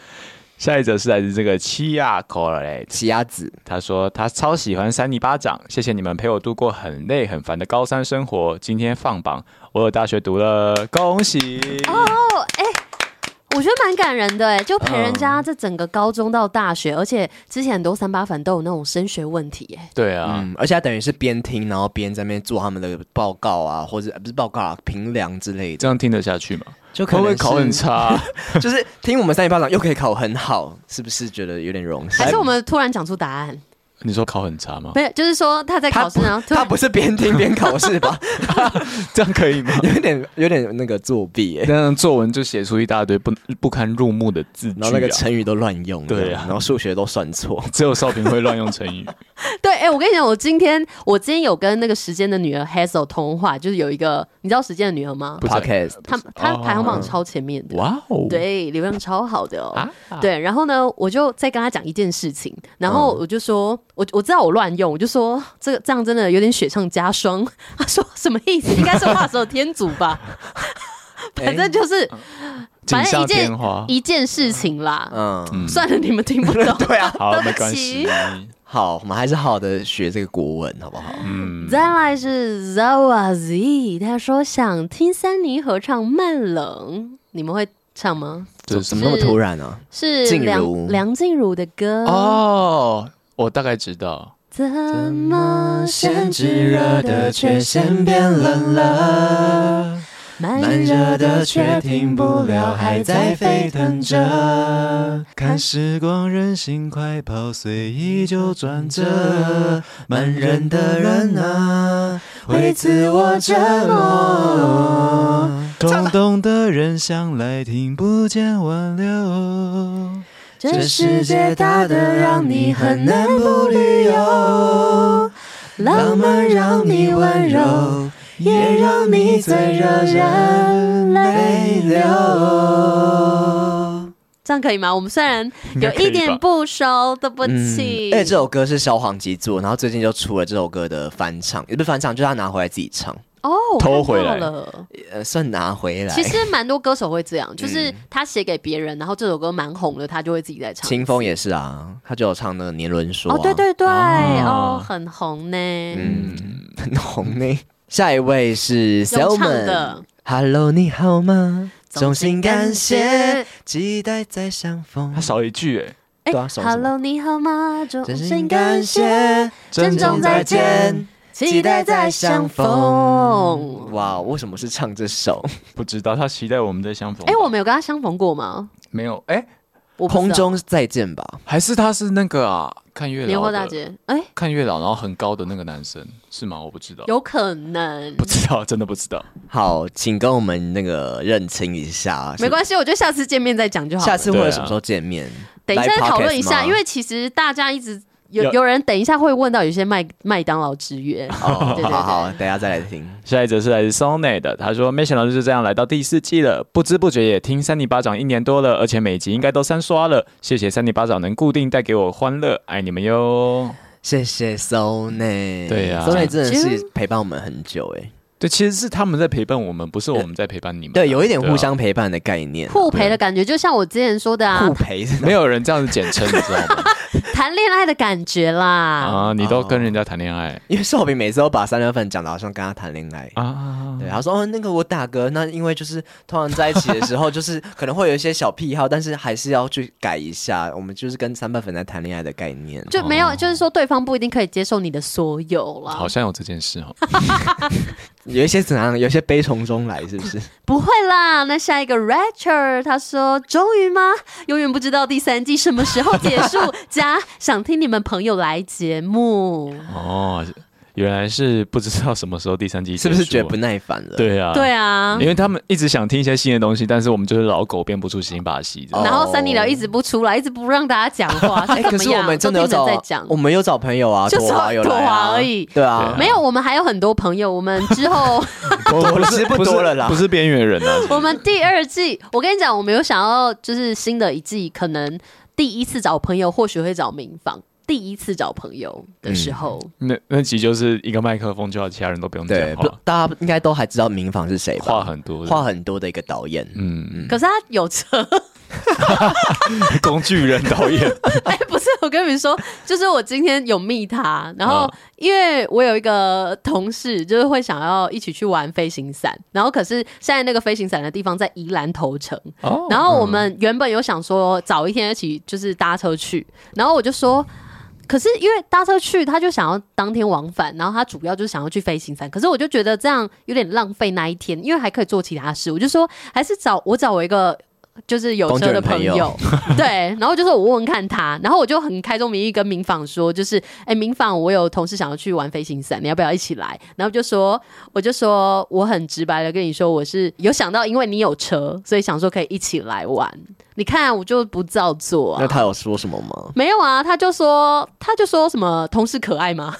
B: 下一则是来自这个七亚 c o l l e
D: 奇亚子，
B: 他说他超喜欢扇你巴掌，谢谢你们陪我度过很累很烦的高三生活。今天放榜，我有大学读了，恭喜！
A: 我觉得蛮感人的哎、就陪人
B: 嗯
A: 家这整个高中到大学，而且之前很多三八粉都有那种升学问题哎、
B: 对啊，
D: 嗯，而且他等于是边听，然后边在那边做他们的报告啊，或者呃不是报告啊，评量之类的。
B: 这样听得下去吗？
D: 就可
B: 会
D: 能
B: 不会考很
D: 是，
B: 差？
D: 就是听我们三一巴掌又可以考很好，是不是觉得有点哎荣幸？
A: 还是我们突然讲出答案，
B: 你说考很差吗？
A: 没有，就是说他在
D: 他
A: 考试
D: 不
A: 然后突
D: 他
A: 然
D: 不是边听边考试
A: <laughs>
D: 吧？
B: 这样可以吗？
D: 有点有点那个作弊耶、
B: 这样作文就写出一大堆不不堪入目的字句、
D: 然
B: 啊，
D: 后那个成语都乱用，
B: 对啊
D: 这样然后数学都算错，
B: 只有少平会乱用成语。
A: 对哎、我跟你讲，我今天我今天有跟那个时间的女儿 Hazel 通话，就是有一个你知道时间的女儿吗？
B: 不是
D: podcast
A: 她她
B: 哦
A: 排行榜超前面的，
B: 哇哦，
A: 对，流量超好的哦。
B: 啊，
A: 对，然后呢，我就再跟他讲一件事情，然后
D: 嗯
A: 我就说，我我知道我乱用，我就说这个这样真的有点雪上加霜。 <laughs> 他说什么意思？应该是画蛇添足
D: <laughs>
A: 吧。反
D: 哎
A: 正就是
B: 锦
A: 反正一
B: 上
A: 件
B: 添花。
A: 一件事情啦，
D: 嗯，
A: 算了，你们听不懂。
D: <laughs> 对啊，
B: 好，
A: 对不
B: 没关
A: 起
B: 系。
D: 好，我们还是好好的学这个国文，好不好？
B: 嗯
A: 再来是 Zawa Z，他说想听三妮合唱《慢冷》，你们会唱吗？
B: 就是
D: 啊怎么那么突然呢、
A: 是
D: 静
A: 梁
D: 茹
A: 梁静茹的歌
B: 哦，我大概知道，
A: 怎么先
D: 炙热的却先变冷了，
A: 慢
D: 热的却停不了，还在沸腾着。
B: 看时光任性快跑，随意就转
D: 这慢热的人啊，会自我折磨。
B: 冲动的人向来听不见挽留。
D: 这
A: 这
D: 世
A: 世
D: 界
A: 界大
D: 大
A: 得
D: 得让
A: 让
D: 你
A: 你
D: 很
A: 很
D: 难
A: 难
D: 不
A: 不
D: 旅
A: 旅
D: 游
A: 游，
D: 浪
A: 浪
D: 漫
A: 漫
D: 让
A: 让
D: 你
A: 你
D: 温
A: 温
D: 柔
A: 柔，
D: 也
A: 也
D: 让
A: 让
D: 你
A: 你
D: 最
A: 最惹
D: 惹人
A: 人
D: 泪
A: 泪
D: 流
A: 流。这样可以吗？我们虽然有
B: 应该可以
A: 一
B: 吧
A: 点不熟，对不起。
D: 而且嗯这首歌是萧煌奇做，然后最近就出了这首歌的翻唱，也不是翻唱，就是他拿回来自己唱，
A: 哦，我看
B: 偷回
A: 到
B: 来
A: 了。
D: 呃，算拿回来。
A: 其实蛮多歌手会这样，就是他写给别人，然后这首歌蛮红的，他就会自己在唱。
D: 清风也是啊，他就有唱那个《年轮说》
A: 哦，
D: 啊
A: 对对对，
B: 哦
A: 哦，很红呢。
D: 嗯，很红呢。下一位是
A: 有唱
D: Selman
A: 的。。
D: Hello，你好吗？衷
A: 衷
D: 心
A: 心
D: 感
A: 感
D: 谢
A: 谢，
D: 期待再相逢
B: 他。少一句哎、
A: 哎
D: 对啊什么什么
A: ，Hello，你好吗？衷
D: 真
A: 心
D: 心
A: 感
D: 感
A: 谢，
D: 谢，
A: 珍重再见，
D: 期
A: 期待
D: 待再
A: 再
D: 相
A: 相
D: 逢
A: 逢。。
D: 哇，为什么是唱这首？
B: 不知道他期待我们的相逢。
A: 哎，我们有跟他相逢过吗？
B: 没有哎、
A: 我不知道
D: 空中再见吧。
B: 还是他是那个啊，看月
A: 年
B: 老
A: 货
B: 的
A: 大姐，哎，
B: 看月老，然后很高的那个男生是吗？我不知道，
A: 有可能
B: 不。 <laughs> 知道，真的不知道。
D: 好，请跟我们那个认清一下。啊
A: 没关系，我觉得下次见面再讲就好
D: 下
A: 了。
D: 次会
B: 对啊
D: 什么时候见面？
A: 等一下
D: 来
A: 再讨论一
D: podcast 吗
A: 下，因为其实大家一直有
B: 有
A: 有人等一下会问到有些麦麦当劳之约，
D: 哦，
A: <laughs> 对对
D: 好好，
A: 对，
D: 等一下再来听。
B: 下一则是来自 Sony 的，他说：“没想到就是这样来到第四季了，不知不觉也听三尼巴掌一年多了，而且每集应该都三刷了。谢谢三尼巴掌能固定带给我欢乐，爱你们哟。
D: 谢谢 Sony，
B: 对啊
D: Sony 真的是陪伴我们很久哎、”
B: 对，其实是他们在陪伴我们，不是我们在陪伴你们啊。
D: 对，有一点
B: 啊
D: 互，相陪伴的概念，啊
A: 互陪的感觉，就像我之前说的啊
D: 互，陪
B: <laughs>
D: 是
B: 没有人这样子简称，你知道吗？
A: 谈恋爱的感觉啦。
B: 啊，你都跟人家谈恋爱
D: <laughs> 因为少平每次都把三月份讲的好像跟他谈恋爱。
B: <laughs> 啊？
D: 对，他说哦，那个我打嗝，那因为就是通常在一起的时候，就是可能会有一些小癖好，但是还是要去改一下。我们就是跟三八粉在谈恋爱的概念，
A: 就没有，就是说对方不一定可以接受你的所有啦
B: 好，像有这件事哦。
D: 有一些怎样，有一些悲从中来，是不
A: <laughs>
D: 是？
A: 不会啦。那下一个 Rachel 他说：“终于吗？永远不知道第三季什么时候结
D: <laughs>
A: 束。加想听你们朋友来节目，
B: 哦，原来是不知道什么时候第三季结
D: 是
B: 束啊，
D: 不是觉得不耐烦
A: <laughs>
D: 了？
B: 对啊？
A: 对啊
B: 因。为他们一直想听一些新的东西，但是我们就是老狗变不出新把戏。这样
A: 然后三里聊一直不出来，一直不让大家讲话，
D: 哦 <laughs> 哎、可
A: 怎么
D: 是我
A: 样？
D: 们真的
A: 都听你
D: 有找
A: 们在讲，
D: 我们有找朋友啊，
A: 就
D: 朵华
A: 找
D: 有来
A: 朵
D: 啊
A: 华而已
D: 对啊，
B: 对啊
A: 没有，我们还有很多朋友。我们之
B: <laughs>
A: 后，
D: 我
B: 啊不
D: 其实
B: 是
D: 不多了啦
B: 不是边缘人啊。
A: 我们第二季，我跟你讲，我们有想要就是新的一季，可能第一次找朋友，或许会找民房。第一次找朋友的时候，
B: 那那集就是一个麦克风就好，其他人都不用讲
D: 对，不
B: 话，
D: 大家应该都还知道民房是谁吧？
B: 话很多，
D: 话很多的一个导演，
B: 嗯，
A: 可是他有
B: <laughs>
A: 车。
B: 工具人导演
A: 哎，不是，我跟你们说，就是我今天有密他，然后因为我有一个同事，就是会想要一起去玩飞行伞，然后可是现在那个飞行伞的地方在宜兰头城，
B: 哦
A: 然后我们原本有想说早一天一起就是搭车去，然后我就说。可是因为搭车去，他就想要当天往返，然后他主要就是想要去飞行山。可是我就觉得这样有点浪费那一天，因为还可以做其他事。我就说还是找我找我一个就是有车的朋
D: 工具人
A: 友， <laughs> 对。然后就说我问问看他，然后我就很开宗明义跟民访说，就是哎、民访我有同事想要去玩飞行伞，你要不要一起来？然后就说我就说我很直白的跟你说，我是有想到，因为你有车，所以想说可以一起来玩。你看、啊我就不照做
D: 那
A: 啊。
D: 他有说什么吗？
A: 没有啊，他就说，他就说什么同事可爱吗？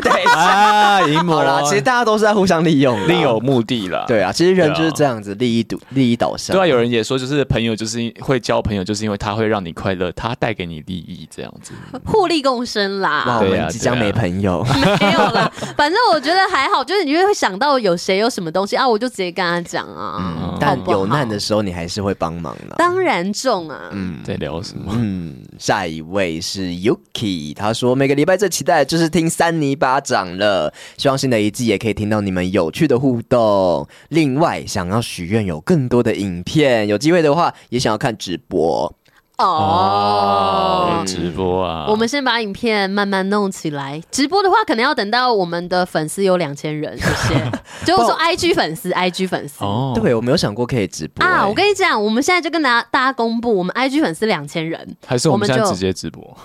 D: 对，
B: <laughs> 啊，淫魔
D: 好啦，其实大家都是在互相利用啦，
B: 另有目的啦。
D: 对啊，其实人就是这样子，利益导利益导向。
B: 对啊，有人也说，就是朋友就是会交朋友，就是因为他会让你快乐，他带给你利益这样子。
A: <laughs> 互利共生
D: 哇，
A: 啦
D: 我，
B: 对啊
D: 们即将没朋友，
A: <laughs> 没有啦。反正我觉得还好，就是你就会想到有谁有什么东西啊，我就直接跟他讲
B: 嗯
A: 啊。
D: <laughs> 但
A: 好不好
D: 有难的时候你还是会帮忙的。
A: 当然中啊，
B: 在聊什么？
D: 嗯，下一位是 Yuki，他说每个礼拜最期待的就是听三尼巴掌了，希望新的一季也可以听到你们有趣的互动。另外，想要许愿有更多的影片，有机会的话也想要看直播。
A: 哦。
B: 直播啊，
A: 我们先把影片慢慢弄起来。直播的话，可能要等到我们的粉丝有两千人，谢 <laughs> 谢。就是说，IG 粉丝，IG 粉丝。
B: 哦，
D: 对，我没有想过可以直播
A: 啊，
D: 欸
A: 我跟你讲，我们现在就跟大家大家公布，我们 IG 粉丝两千人，
B: 还是我
A: 我
B: 们现
A: 们
B: 在
A: 就
B: 直接直播？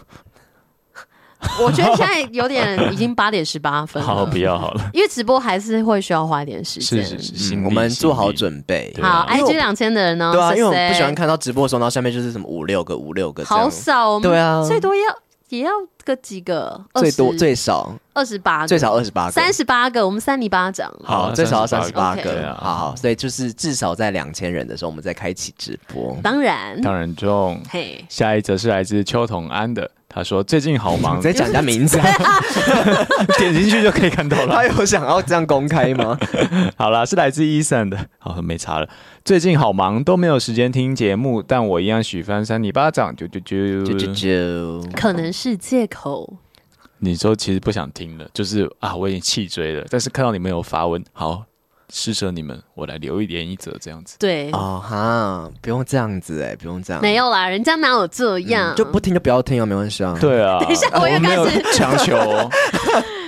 A: 我觉得现在有点已经八点十八
D: <laughs>
A: 分
B: 好，
A: 了，
B: 不要好了，
A: 因为直播还是会需要花一点时间。
B: 是是是，
D: 嗯
B: 心力
D: 我们做好。
B: 心力
D: 准备。
B: 对
A: 好
B: 啊
A: ，IG 两千的人呢？
D: 对啊，因为我
A: 谁
D: 们不喜欢看到直播的时候，然后下面就是什么五六个、五六个这
A: 好
D: 样，
A: 少，我们
D: 对啊
A: 最多要也要个几个，
D: 最多
A: 20
D: 最少
A: 二十八，
D: 最少二十八个，
A: 啊三十八个，我们三里巴掌。
B: 好
D: 好，最少要三
B: 38
D: 十八
A: 个
B: 对
D: 个
B: 啊，
D: 好好，所以就是至少在两千人的时候，我们再开启直播。
A: 当然，
B: 当然中。
A: 嘿，
B: 下一则是来自邱同安的，他说最近好忙
D: 你，在讲人家名字啊，
B: <laughs>
A: <laughs>
B: 点进去就可以看到了
D: 他。有想要这样公开吗？
B: <laughs> 好啦，是来自 Eason 的，好、没查了。最近好忙，都没有时间听节目，但我一样许翻三你巴掌，啾啾啾
D: 啾啾啾，
A: 可能是借口。
B: 你说其实不想听了，就是啊，我已经气追了，但是看到你们有发文，好，施舍你们，我来留一点一则这样子。
A: 对，
D: 哦哈，不用这样子哎，不用这样，嗯
A: 没有啦，人家哪有这样？
D: 就不听就不要听啊，没关系啊。，
B: 对啊，
A: 等一下我又
B: 我没有
A: 开始
B: 强求哦，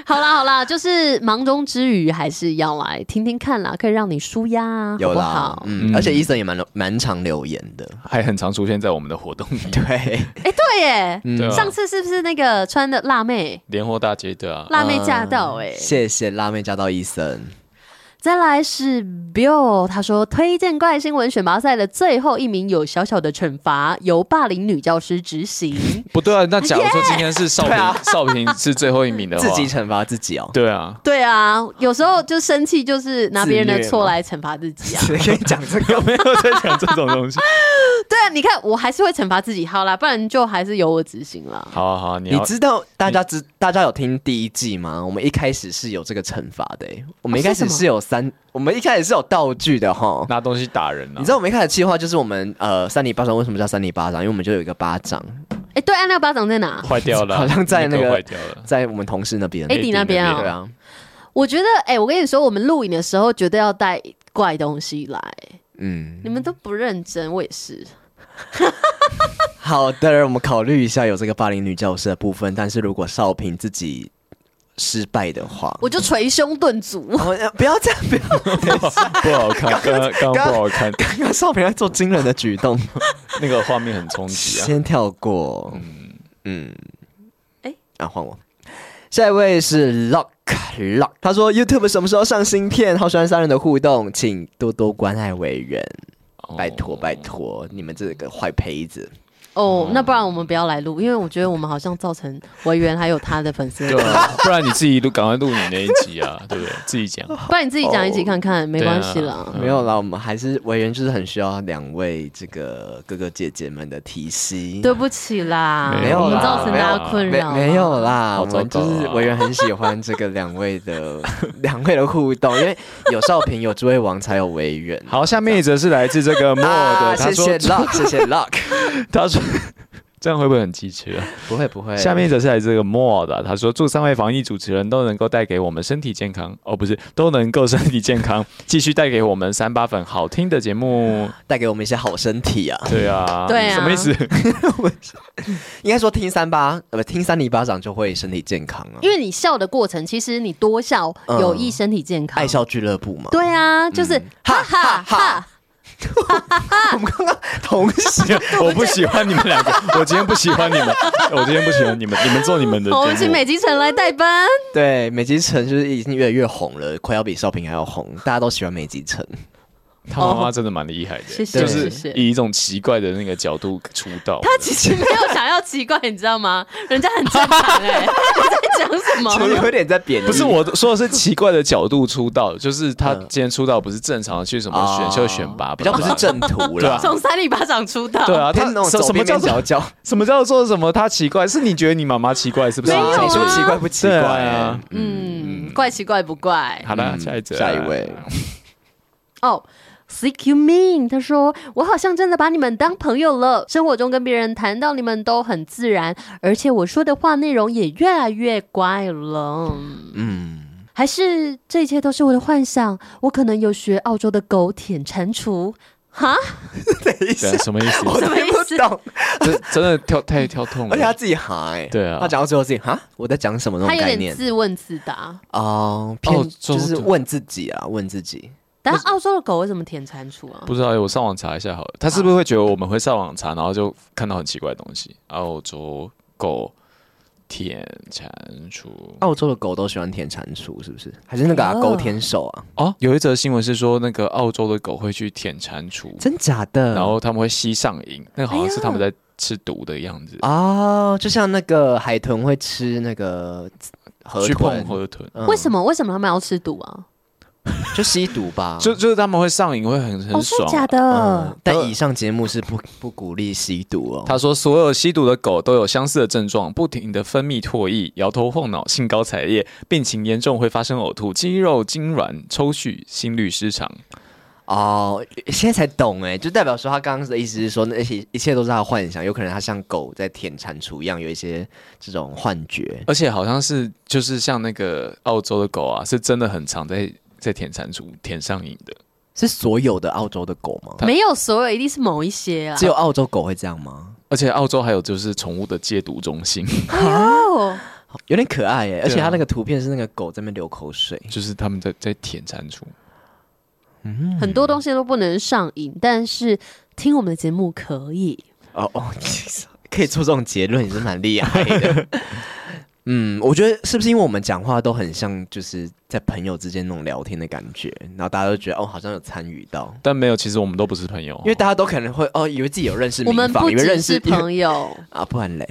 A: 好啦好啦，就是忙中之余还是要来听听看啦，可以让你舒压啊，
D: 有
A: 好
D: 啦
A: 不，好？
D: 嗯，
B: 嗯
D: 而且医生也蛮蛮常留言的，
B: 还很常出现在我们的活动里，
D: <laughs> 对，
A: 哎、对耶，
B: 对啊
A: 上次是不是那个穿的辣妹？
B: 联货大街的啊，。
A: 辣妹驾到哎、
D: 谢谢辣妹加到医生，
A: 再来是 Bill，他说推荐怪新闻选拔赛的最后一名有小小的惩罚，由霸凌女教师执行 <laughs>
B: 不对啊，那假如说今天是少平，少平是最后一名的话，
D: 啊自己惩罚
B: <laughs>
D: 自己哦。 <laughs>
B: 对啊，
A: 对啊，有时候就生气，就是拿别人的
D: 自虐
A: 错
D: 吗
A: 来惩罚自 <laughs> 己啊。
D: 只可以讲这个
B: 没有在讲这种东西。
A: 对啊，你看我还是会惩罚自己，好啦，不然就还是由我执行啦。
B: <laughs> 好啊好啊，你
D: 你
B: 要
D: 知道大家知大家有听第一季吗？我们一开始是有这个惩罚的、欸，我们一开
A: 是什
D: 始
A: 么
D: 是有三，我们一开始是有道具的哈。
B: 拿东西打人啊，
D: 你知道我们一开始计划就是我们呃三里巴掌为什么叫三里巴掌？因为我们就有一个巴掌
A: <laughs> 哎、对，按那个巴掌在哪？
B: 坏掉了，
D: 好像在那个
B: 个坏掉
D: <laughs>
B: 了。
D: 在我们同事那边。
A: 哎 AD 那边
D: 对啊，
A: 我觉得，哎、我跟你说，我们录影的时候绝对要带怪东西来，
D: 嗯，
A: 你们都不认真，我也是。
D: 好的，我们考虑一下有这个霸凌女教师的部分，但是如果少平自己失败的话，
A: 我就捶胸顿足。
D: 我们不要这样，不要， <laughs>
B: 不好看，刚刚刚刚不好看，
D: 刚刚少平在做惊人的举动，
B: 那个画面很冲击啊。
D: 先跳过。嗯，
A: 哎
D: 啊，换我。下一位是 Lock Lock，他说 YouTube 什么时候上新片？好喜欢三人的互动，请多多关爱伟人，
B: 哦
D: 拜托拜托，你们这个坏胚子。
A: 哦，那不然我们不要来录，因为我觉得我们好像造成维园还有他的粉丝。
B: <laughs> 对啊，不然你自己录，赶快录你那一集啊， <laughs> 对不对？自己讲，
A: <laughs> 不然你自己讲一起看看，没关系啦。
B: 嗯
D: 没有啦，我们还是委员，就是很需要两位这个哥哥姐姐们的提携。
A: 对啊不起啦，
B: 没有啦
A: 我们造成大家困
D: 没
A: 扰。
D: 没有，啦，
B: 好
D: 我们
B: 糟糕
D: 就
B: 啊
D: 是委员很喜欢这个两位的 <laughs> 两位的互动，因为有少平，有诸位王，才有委员。
B: 好，下面一则是来自这个莫
D: 啊，
B: 尔的，他
D: 谢谢
B: 说
D: Luck，谢谢
B: <laughs>
D: Luck。
B: 他说这样会不会很机车啊？
D: 不会不会，
B: 下面一则是来自这个莫尔的，他说祝三位防疫主持人都能够带给我们身体健康，哦，不是，都能够身体健康， <laughs> 继续带给我们三八粉好听的节目。
D: 带给我们一些好身体啊！
B: 对啊，
A: 对啊
B: 什么意思？ <laughs>
D: 应该说听三八呃不听三里巴掌就会身体健康啊，
A: 因为你笑的过程，其实你多笑
D: 嗯
A: 有益身体健康。
D: 爱，笑俱乐部嘛。
A: 对啊，就是哈哈哈。
D: 我们刚刚同时 <laughs>
B: 我不喜欢你们两个，我今天不喜欢你们，我今天不喜欢你们，你们做你们的节目。
A: 我们请美吉城来代班。
D: 对美吉城就是已经越来越红了，快要比少平还要红，大家都喜欢美
A: <laughs>
D: 吉城。
B: 他妈妈真的蛮厉害的，
A: 哦谢谢
B: 就
A: 谢
B: 是
A: 谢
B: 以一种奇怪的那个角度出道。
A: 他其实没有想要奇怪，你知道吗？人家很正常哎、你在讲什
D: 就
A: 么？
D: 有点在贬义，
B: 不是我说的是奇怪的角度出道，就是他
D: 嗯哦
B: 今天出道不是正常的去什么选秀选拔，
D: <laughs> 比较不是正途啦。
A: 从三里巴掌出道，
B: <laughs> 对啊，他
D: 偏那种
B: 什什
D: 走
B: 么
D: 边
B: 叫
D: 边角
B: 做
D: 角，
B: 什么叫做什么他奇怪？是你觉得你妈妈奇怪是不是？
A: 没有啊
D: 你说奇怪不奇怪
B: 对啊
D: 欸？
A: 嗯，怪奇怪不怪
B: 好了，下一则，
D: 下一位，
A: 哦。C Q Min，他说：“我好像真的把你们当朋友了。生活中跟别人谈到你们都很自然，而且我说的话内容也越来越怪了。 <laughs>
D: 嗯，
A: 还是这一切都是我的幻想？我可能有学澳洲的狗舔蟾蜍，哈，
D: 等一下
B: 对啊，，什么
D: <laughs>
B: 意思？
D: 我
A: 什么
D: 听
A: 意
D: 不
A: 思
D: 懂，
B: 这真的跳太跳痛
D: 而且他
B: 了。
D: 自己哈哎，
B: 对啊
D: 他讲到最后自己哈，我在讲什么那
A: 他
D: 种
A: 有
D: 概
A: 点
D: 念
A: 自问自答。
D: 哦，偏
B: 哦中
D: 就是
B: 途
D: 问自己啊，问自己，
A: 但澳洲的狗为什么舔蟾蜍啊？
B: 不知道、欸，我上网查一下好了。他是不是会觉得我们会上网查，然后就看到很奇怪的东西？澳洲狗舔蟾蜍
D: 澳洲的狗都喜欢舔蟾蜍，是不是？还是那个啊
A: 哦
D: 狗舔手啊？
B: 哦，有一则新闻是说那个澳洲的狗会去舔蟾蜍，
D: 真假的？
B: 然后他们会吸上瘾，嗯那个好像是他
A: 哎
B: 们在啊吃毒的样子，
D: 哦，就像那个海豚会吃那个河
B: 去碰
D: 豚，
B: 河豚，
D: 嗯
A: 为什么？为什么他们要吃毒啊？
D: 就吸毒吧？
B: 就就是他们会上瘾，会很
A: 哦，
B: 很
A: 真的
B: 爽。啊
A: 假的
D: 嗯？，但以上节目是不不鼓励吸毒哦。
B: 他说，所有吸毒的狗都有相似的症状，不停的分泌唾液，摇头晃脑，兴高采烈，病情严重会发生呕吐、肌肉痉挛、抽搐、心律失常。
D: 哦，现在才懂哎，就代表说他刚刚的意思是说，那些一切都是他的幻想，有可能他像狗在舔蟾蜍一样，有一些这种幻觉。
B: 而且好像是就是像那个澳洲的狗啊，是真的很常在在舔蟾蜍，舔上瘾的。
D: 是所有的澳洲的狗吗？
B: 他
A: 没有所有，一定是某一些啊。
D: 只有澳洲狗会这样吗？
B: 而且澳洲还有就是宠物的戒毒中心， <laughs>
D: 啊
A: 哦，
D: 有点可爱耶，欸而且
B: 对啊
D: 它那个图片是那个狗在那边流口水。
B: 就是他们在在舔蟾蜍。
A: 很
D: 嗯
A: 多东西都不能上瘾，但是听我们的节目可以。
D: 哦哦， <laughs> 可以做这种结论也是蛮厉害的。 <laughs> 嗯，我觉得是不是因为我们讲话都很像，就是在朋友之间那种聊天的感觉，然后大家都觉得哦，好像有参与到，
B: 但没有，其实我们都不是朋友，
D: 因为大家都可能会哦，以为自己有认识
A: 我
D: 民
A: 们
D: 房，
A: 不
D: 以为认
A: 只
D: 识 <laughs>
A: 是朋友
D: 啊，不然嘞，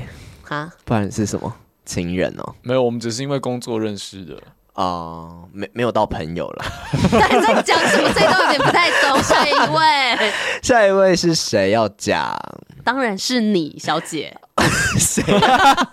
A: 啊，
D: 不然是什么情人哦？
B: 没有，我们只是因为工作认识的。
D: 哦、没没有到朋友了。
A: 到底在讲什么？这一段有点不太懂。下一位，
D: <laughs> 下一位是谁要讲？
A: 当然是你，小姐。
D: <laughs> 谁、 <laughs>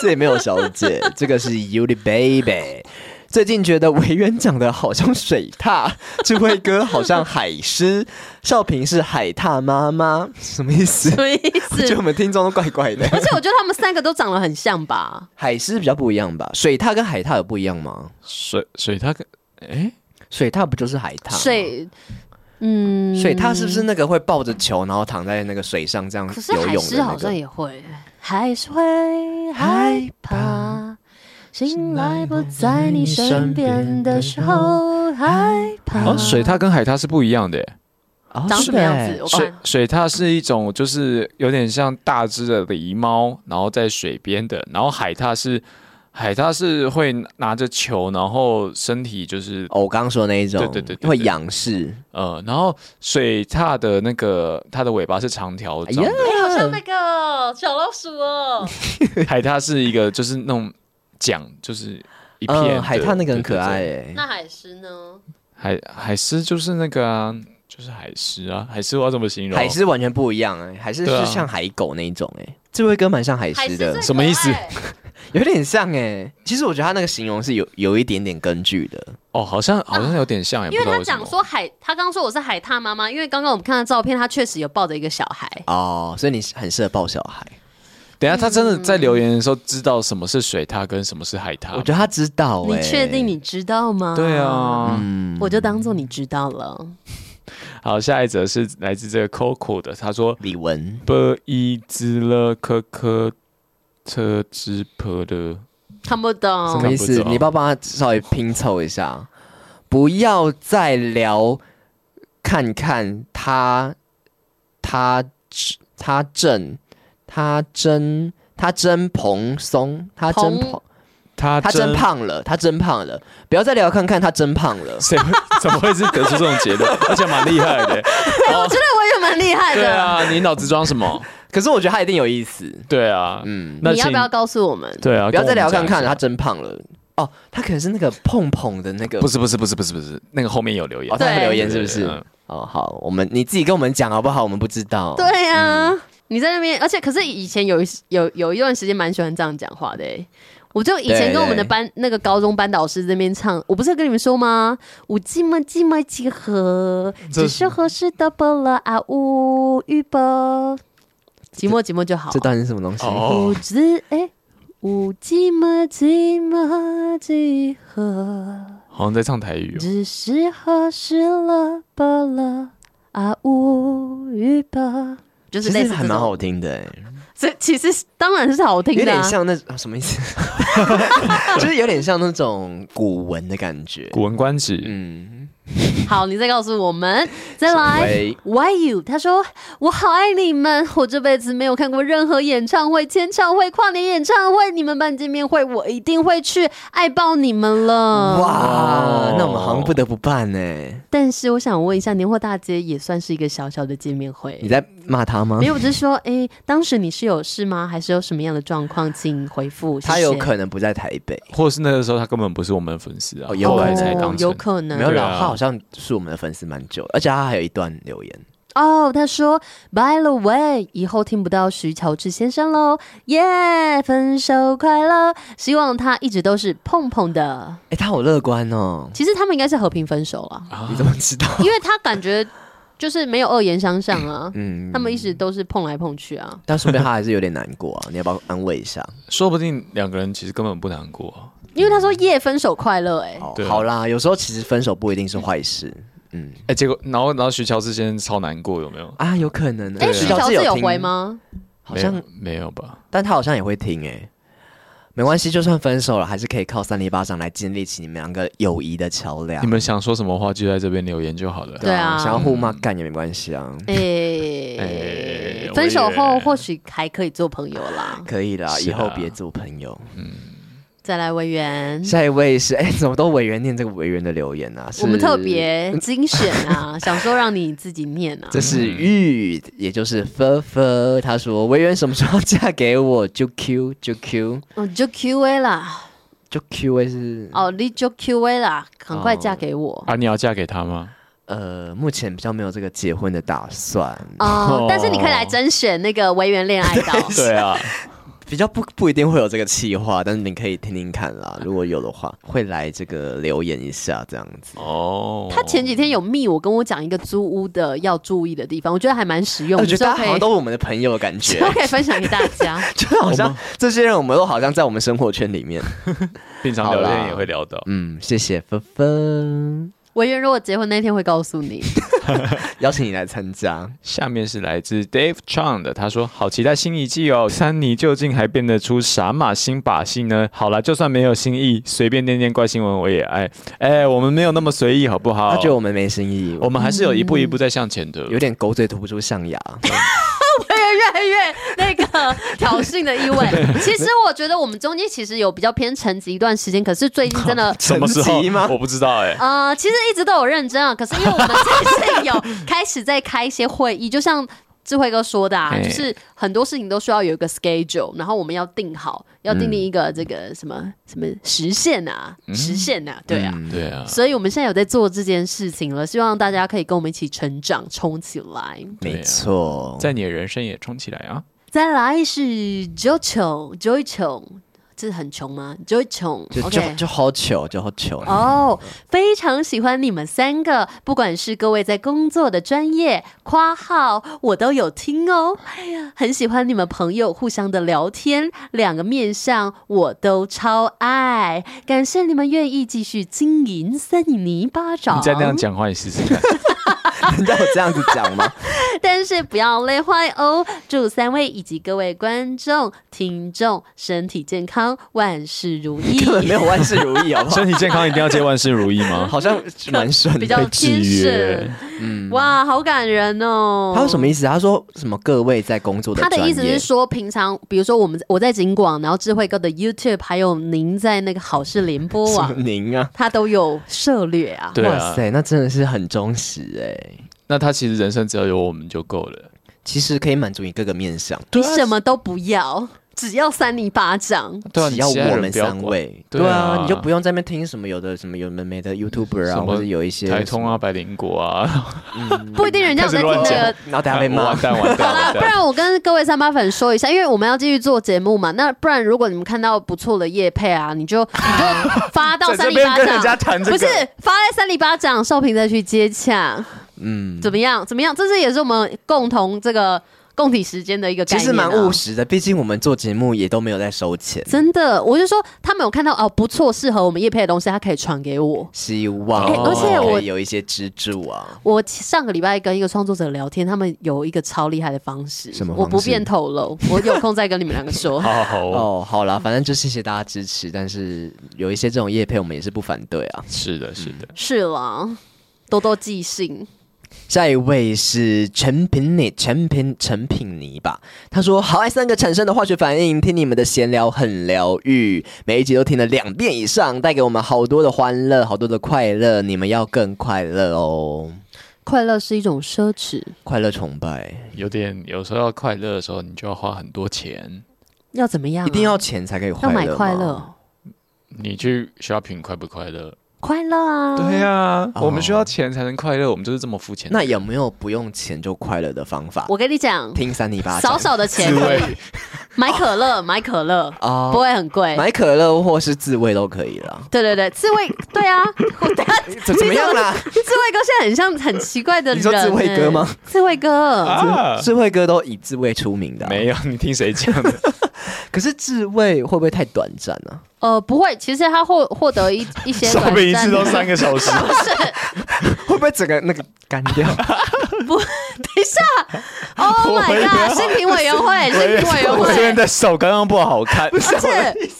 D: 这里没有小姐，这个是 Yuli Baby。最近觉得维园讲的好像水獭， <laughs> 智慧哥好像海狮，少平是海獭妈妈，什么意思？
A: 什么意
D: 我觉得
A: 思
D: 我？们听众都怪怪 <laughs> 的。
A: 而且我觉得他们三个都长得很像吧？
D: 海狮比较不一样吧？水獭跟海獭有不一样吗？
B: 水水它跟哎，
D: 水獭不就是海獭吗？
A: 水，嗯，
D: 水獭是不是那个会抱着球，然后躺在那个水上这样
A: 可是
D: 游
A: 海
D: 泳的
A: 狮
D: 那
A: 好像
D: 个？
A: 也会，还是会害怕。醒来不在你身边的时候，害怕。
B: 哦，水獭跟海獭是不一样的耶。
D: 哦
A: 长什么样
D: 是
A: 子？
D: 的
A: 我
B: 水
A: 看
B: 水獭是一种就是有点像大只的狸猫，然后在水边的，然后海獭是海獭是会拿着球，然后身体就是
D: 哦，我刚刚说的那一种，
B: 对对对对对
D: 会仰视，
B: 呃，然后水獭的那个它的尾巴是长条状
D: 哎
B: 的
D: 呀，
A: 好像那个小老鼠哦，
B: 海獭是一个就是那种桨，就是一片
D: 嗯
B: 的
D: 海獭那个
B: 对对
D: 很可爱
B: 对
D: 哎、
A: 那海狮呢？
B: 海海狮就是那个啊，就是海狮啊，海狮我要怎么形容？
D: 海狮完全不一样哎、海狮
B: 对
D: 是
B: 啊
D: 像海狗那一种哎、这位哥蛮像海
A: 海狮
D: 狮的
A: 最，
B: 什么意思
A: 可爱
D: 有点像哎、其实我觉得他那个形容是有有一点点根据的，
B: 哦，好像好像有点像，也不
A: 因为
B: 知道
A: 他
B: 为什
A: 讲
B: 么。
A: 说海，他刚说我是海獭妈妈，因为刚刚我们看到照片，他确实有抱着一个小孩。
D: 哦，所以你很适合抱小孩。
B: 等一下他真的在留言的时候知道什么是水獭跟什么是海獭吗，
D: 我觉得他知道哎、嗯
A: 你确定你知道吗？
B: 对，啊。
A: 我就当做你知道了。
B: 好，下一则是来自这个 Coco 的，他说
D: 李玟
B: b 伊兹勒科科特之婆的，
A: 看不
D: 什
A: 懂
D: 么意思
B: 哦？
D: 你帮帮他稍微拼凑一下，不要再聊，看看他，他他正他真他真蓬松，他真
A: 蓬
D: 蓬。
B: 他。
D: 他真，胖了，他真胖了，不要再聊看看他真胖了
B: 谁会怎么会是得出这种结论？而且蛮厉害的。
A: 我觉得哦我也蛮厉害
B: 对
A: 的。
B: 啊，你脑子装什么？
D: 可是我觉得他一定有意思，
B: 对啊，
D: 嗯，
B: 那
A: 你要
B: 请
A: 不要告诉我们？
B: 对啊，
D: 不要再
B: 跟我
D: 聊
B: 们讲
D: 看
B: 一
D: 看了，
B: 下
D: 他真胖了。哦，他可能是那个碰碰的那个，
B: 不是不是不是不是不是，那个后面有留言
D: 哦，，他有
A: 对
D: 留言是不
B: 对
D: 是
B: 对对？
D: 哦，好，我们你自己跟我们讲好不好？我们不知道。
A: 对呀、
D: 嗯
A: 你在那边，而且可是以前有一有有一段时间蛮喜欢这样讲话的、欸。我就以前
D: 对
A: 跟我们的
D: 对
A: 班那个高中班导师在那边唱，我不是跟你们说吗？五寂寞寂寞几何，
B: 这
A: 只是合适的不了啊呜预吧，寂寞寂寞就好
D: 这。段是什么东西？
B: 哦
A: 五，字哎，五寂寞寂寞几何，哦
B: 好像在唱台语哦。
A: 只是合适了不了啊乌鱼吧，就是
D: 其
A: 类似
D: 实
A: 这
D: 还蛮
A: 种。
D: 好听的、欸，
A: 这其实是当然是好听
D: 有
A: 的、
D: 点
A: 啊，
D: 像那、啊、什么意思？ <laughs> 就是有点像那种古文的感觉。
B: 古文观止，
D: 嗯，
A: 好，你再告诉我们，再来
D: 喂
A: ，Why you？他说我好爱你们，我这辈子没有看过任何演唱会、签唱会、跨年演唱会、你们办见面会，我一定会去，爱爆你们了！
D: 嗯
A: 哦
D: 哇，那我们好像不得不办欸呢、
A: 但是我想问一下，年货大街也算是一个小小的见面会
D: 你。在骂他吗
A: 没？有，我只是说，哎、当时你是有事吗？还是有什么样的状况？请回复。
D: 他
A: 谢谢
D: 有可能不在台北，
B: 或是那个时候他根本不是我们的粉丝啊，
D: 哦有
B: 后来
D: 可
B: 才
D: 能
B: 当成
A: 有可能
D: 没有
B: 对啊
D: 啦，他好像是我们的粉丝蛮久的，而且他还有一段留言，
A: 哦。他说，By the way，以后听不到徐乔治先生喽，耶、分手快乐！希望他一直都是碰碰的。
D: 哎、他好乐观哦，
A: 其实他们应该是和平分手了，
D: 你怎么知道？
A: 因为他感觉就是没有恶言相向啊，
D: 嗯，
A: 他们一直都是碰来碰去啊。
D: 但说不定他还是有点难过啊，你要 <laughs> 不要安慰一下？
B: 说不定两个人其实根本不难过啊、
A: 因为他说耶、分手快乐、哎、
D: 哦
B: 对，啊
D: 好啦，有时候其实分手不一定是坏事，嗯
B: 哎、结果然后然后徐乔治先生超难过，有没有？
D: 啊，有可能呢。
A: 哎、徐乔
D: 治
A: 治有
D: 听
A: 回？吗？
D: 好像
B: 没有没有吧？
D: 但他好像也会听哎、没关系，就算分手了，还是可以靠三零八掌来建立起你们两个友谊的桥梁。
B: 你们想说什么话就在这边留言就好了。
A: 对啊
D: 想要互骂干也没关系啊，
A: 哎、
B: 嗯哎
A: 分手
B: 我
A: 后
B: 也
A: 或许还可以做朋友啦。
D: 可以啦，
B: 是
D: 以
B: 啊
D: 后别做朋友。
A: 嗯再来委员，
D: 下一位是哎、怎么都委员念这个委员的留言啊？是
A: 我们特，别精选
D: <laughs>
A: 啊，想说让你自己念啊。
D: 这是玉，也就是菲菲，他说委员什么时候嫁给我？就 Q 就 Q
A: 哦，你就 Q A 啦，
D: 就 Q 会是
A: 哦，你就 Q A 啦，赶快嫁给我。
B: 啊，你要嫁给他吗？
D: 呃，目前比较没有这个结婚的打算，
A: 哦，但是你可以来甄选那个维园恋爱哦
D: <laughs>
A: 岛。
B: <laughs> 对啊，
D: 比较不不一定会有这个计划，但是你可以听听看啦，如果有的话，会来这个留言一下这样子。
B: 哦，
A: 他前几天有密我跟我讲一个租屋的要注意的地方，我觉得还蛮实用，
D: 我觉得
A: 之后
D: 大家
A: 可
D: 好像
A: 以
D: 都是我们的朋友的感
A: 之
D: 觉
A: 后，可以分享给大
D: <laughs>
A: 家。
D: 就好像这些人，我们都好像在我们生活圈里面。
B: 平常聊
D: 好
B: 天
D: 啦
B: 也会聊到，
D: 嗯，谢谢芬芬，
A: 维园如果结婚那天会告诉
D: <laughs>
A: 你，
D: 邀请你来参加。
B: 下面是来自 Dave Chang 的，他说：“好期待新一季哦！三尼究竟还变得出啥马新把戏呢？好啦，就算没有新意，随便念念怪新闻我也爱。哎、我们没有那么随意，好不好？
D: 他觉得我们没新意，
B: 我
D: 我
B: 们还是有一步一步在向前的。
D: 有点狗嘴吐不出象牙。
B: 啊
A: 越来越那个挑衅的
D: <laughs>
A: 意味。其实我觉得我们中间其实有比较偏沉寂一段时间，可是最近真的
B: 什么时候
D: 成绩吗
B: 我不知道哎、
A: 呃，其实一直都有认真啊，可是因为我们最近有开始在开一些会议，就像智慧哥说的啊，
B: 嘿
A: 就是很多事情都需要有一个 schedule，然后我们要定好，要订立一个这个什么、什么时限啊，时限啊，对啊。
D: 嗯
B: 对啊，
A: 所以，我们现在有在做这件事情了，希望大家可以跟我们一起成长，冲起来！
D: 没错，
B: 在你的人生也冲起来啊！
A: 再来是 Jojo Jojo，这是很穷吗？Jojo，
D: 就
A: OK
D: 就就好糗，就好糗。 <laughs>
A: 哦，非常喜欢你们三个，不管是各位在工作的专业夸号，我都有听哦。哎呀，很喜欢你们朋友互相的聊天，两个面相我都超爱。感谢你们愿意继续经营三泥巴掌。
B: 你再那样讲话，你试试 <laughs> 看。
D: 人家有这样子讲
A: <laughs>
D: 吗？
A: 但是不要累坏哦！祝三位以及各位观众、听众身体健康，万事如
B: <laughs>
A: 意。
D: 根本没有万事如意，好不好？
B: 身体健康一定要借万事如意 <laughs> 吗？
D: 好像蛮顺的，
A: 比较
B: 被制
A: 天
B: 约
A: 使，嗯，哇，好感人哦！
D: 他有什么意思？他说什么？各位在工作的
A: 他的
D: 专
A: 意思
D: 业
A: 是说，平常比如说我们我在景广，然后智慧哥的 YouTube，还有您在那个好事联播
D: 什么
A: 网，
D: 您啊，
A: 他都有涉略啊。
B: 对
D: 哇
B: 啊。
D: 塞，那真的是很忠实哎、
B: 那他其实人生只要有我们就够了。
D: 其实可以满足你各个面向，
A: 你
B: 啊
A: 什么都不要，只要扇你巴掌。
B: 对啊，
D: 只
B: 你
D: 要
B: 其他人
D: 我们
B: 不要
D: 三
B: 管
D: 位，
B: 对啊
D: 对啊，你就不用在那边听什么有的什么有的没的 YouTuber
B: 什
D: 啊，
B: 么
D: 或者有一些
B: 台通啊、百灵果啊，
A: 不一定人家有在听
B: 开
A: 那
B: 始
A: 个
B: 乱讲
D: 什么，然后
B: <laughs>
D: 等下被骂
B: 完。蛋完
A: 好
B: 蛋
A: 啦，
B: 完
A: 不
B: <laughs> 蛋。
A: 然我跟各位三八粉说一下，因为我们要继续做节目嘛。那不然如果你们看到不错的叶配啊，你就你就发到
B: 在
A: 三
B: 这
A: 里
B: 边
A: 巴
B: 跟人家
A: 掌，
B: 谈这
A: 不
B: 个，
A: 是发在三里巴掌，少平再去接洽，
D: 嗯，
A: 怎么样？怎么样？这是也是我们共同这个共体时间的一个概
D: 其
A: 念、啊。
D: 实蛮务实的，毕竟我们做节目也都没有在收钱。
A: 真的，我就说他们有看到哦，不错，适合我们叶配的东西，他可以传给我。
D: 希望，
A: 哎而且我
D: 可以有一些支柱啊，
A: 我上个礼拜跟一个创作者聊天，他们有一个超厉害的方式，
D: 什么方式
A: 我不便透露，我有空再跟你们两个说。
B: 好好好 <laughs> 哦，
D: 哦，好啦，反正就谢谢大家支持，但是有一些这种业配我们也是不反对啊。
B: 是的，是的，
A: 是啦，多多寄信。
D: 下一位是陈品妮，陈品陈品妮吧。他说：“好爱三个产生的化学反应，听你们的闲聊很疗愈，每一集都听了两遍以上，带给我们好多的欢乐，好多的快乐。你们要更快乐哦，
A: 快乐是一种奢侈，
D: 快乐崇拜，
B: 有点有时候要快乐的时候，你就要花很多钱，
A: 要怎么样啊、
D: 一定要钱才可以快
A: 要
D: 乐吗，
A: 买快乐，
B: 你去 shopping 快不快乐？
A: 快乐啊！
B: 对
A: 啊。
B: 呀，
D: 哦
B: 我们需要钱才能快乐，我们就是这么肤浅。
D: 那有没有不用钱就快乐的方法？
A: 我跟你讲，
D: 听三尼八
A: 少少的钱
B: 自
A: 可
B: 慰
A: 以买可乐，买可乐
D: 哦
A: 不会很贵。
D: 买可乐或是自慰都可以了。
A: 对对对，刺猬，对
D: <laughs>
A: 啊，我等下
D: 怎怎么样啦？
A: 刺猬哥现在很像很奇怪的人、
D: 你说刺猬哥吗
A: 欸？刺猬哥，
B: 啊，
D: 智慧哥都以自慰出名的啊、
B: 没有，你听谁讲的？
D: 可是自慰会不会太短暂呢、啊？
A: 呃，不会，其实他获获得一一些
B: 说
A: 短
B: 明一
A: 暂
B: 次
A: 的
B: 都三个小时，
D: 会不会整个那个干掉？
A: 等一下，Oh
B: <laughs> 我以
A: my
B: 为
A: god！新评委员会，新评委员
B: <laughs> 我这边
A: 会。
B: 的手刚刚不好看，
A: 而且，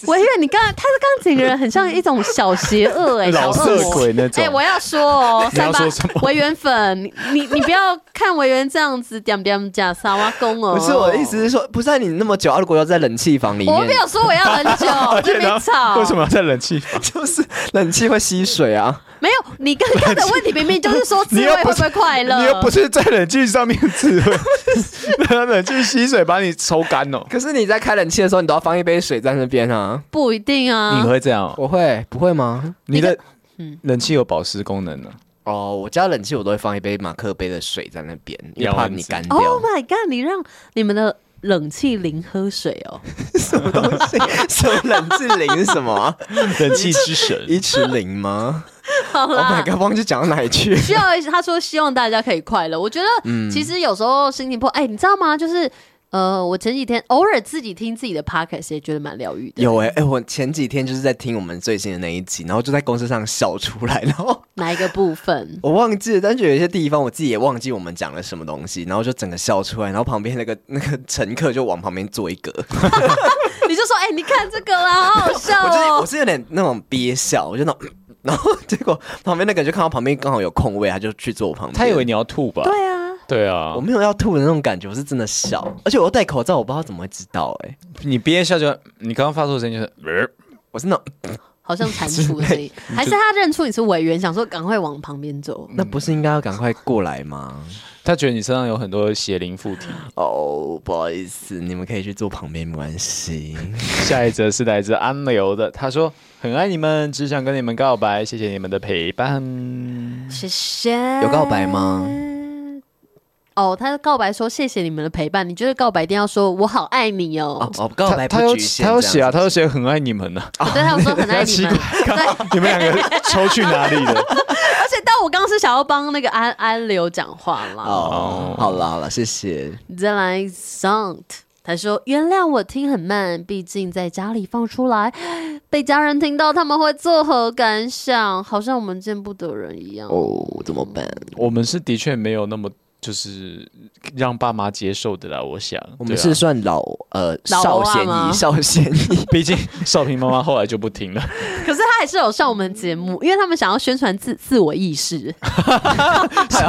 A: 我以为你刚才，他是刚整个人很像一种小邪恶哎、小
B: <laughs> 老
A: 恶
B: 色
A: 魔。
B: 鬼那种。
A: 哎、我要说哦，
B: 你要
A: 三八
B: 说什么
A: 维园粉，你你你不要看维园这样子点点假沙挖工哦。
D: <laughs> 不是我的意思，是说，不是、啊、你那么久，啊、如果要在冷气房里
A: 我
D: 面
A: 没，有说我要很
B: <laughs>
A: 久，这边吵。
B: 为什么要在冷气房？
D: 就是冷气会吸水啊。
A: 没有，你刚刚的问题明明就是说自
B: <laughs> 你又
A: 慰
B: 不
A: 会
B: 是
A: 不会快乐，
B: 你又不是在冷气上面自慰，冷气吸水把你抽干哦。
D: 可是你在开冷气的时候，你都要放一杯水在那边啊。
A: 不一定啊。
B: 你会这样哦？
D: 我会，不会吗？
B: 你的
A: 嗯
B: 冷气有保湿功能呢？
D: 哦，我家冷气我都会放一杯马克杯的水在那边，因为
B: 养
D: 怕
B: 蚊子
D: 你干掉。
A: Oh
D: <laughs>
A: my god！你让你们的冷气淋喝水哦，
D: <laughs> 什么冷气零是什么、啊？
B: 冷气之神
D: <laughs> 一尺零吗
A: 好
D: ？Oh
A: 啦
D: my。god，忘记讲到哪里去。
A: 需要他说希望大家可以快乐。我觉得
D: 嗯
A: 其实有时候心情不好，哎、你知道吗？就是呃，我前几天偶尔自己听自己的 podcast 也觉得蛮疗愈的。
D: 有哎、欸、哎、我前几天就是在听我们最新的那一集，然后就在公司上笑出来，然后
A: 哪一个部
D: <laughs>
A: 分？
D: 我忘记了，但是有一些地方我自己也忘记我们讲了什么东西，然后就整个笑出来，然后旁边那个那个乘客就往旁边坐一格，
A: 你就说，哎、你看这个啦，好好笑
D: 我就是
A: 哦、
D: 我是有点那种憋笑，我就那种，然后结果旁边那个人就看到旁边刚好有空位，他就去坐我旁边，
B: 他以为你要吐吧？
A: 对啊，
B: <laughs> 对啊
D: 我，没有要吐的那种感觉，我是真的笑，而且我戴口罩，我不知道怎么会知道哎、欸
B: 你憋一下就，你刚刚发出的声音就是，
D: 我是那种
A: 好像蟾蜍的声
D: <laughs>
A: 音，还是他认出你是委员，想说赶快往旁边走。
D: 那不是应该要赶快过来吗？
B: 他觉得你身上有很多邪灵附 <laughs> 体。
D: <laughs> 哦，不好意思，你们可以去坐旁边，没关 <laughs> 系。
B: 下一则是来自安流的，他说很爱你们，只想跟你们告白，谢谢你们的陪伴。
A: 谢谢。
D: 嗯有告白吗？
A: 哦，他告白说谢谢你们的陪伴。你觉得告白一定要说我好爱你
D: 哦
A: 哦？
D: 哦，告白
B: 他
D: 不
B: 他有
D: 局限
B: 他有
D: 这样
B: 写啊，
D: 子
B: 他有写很爱你们
D: <laughs>
B: 呢、
A: 我对他们说很爱你
B: 奇
A: 们。
B: 怪，
A: 对，
B: <laughs> 你们两个抽去哪里了？
A: 而且但我刚刚是想要帮那个安安流讲话啦。
D: 哦，好了好了，谢谢。
A: 再来 sound，他说原谅我听很慢，毕竟在家里放出来， <gasps> 被家人听到他们会作何感想？好像我们见不得人一样。
D: 哦，怎么办？
B: <laughs> 我们是的确没有那么就是让爸妈接受的啦，我想
D: 我们
B: 对啊
D: 是算老呃
A: 老
D: 少
A: 啊
D: 咸
A: 吗
D: 宜，少咸 <laughs> 宜。
B: 毕竟少平妈妈后来就不
D: <laughs>
B: 听了，
A: 可是他还是有上我们节目，因为他们想要宣传自自我意
B: <laughs>
A: 识。
D: 还要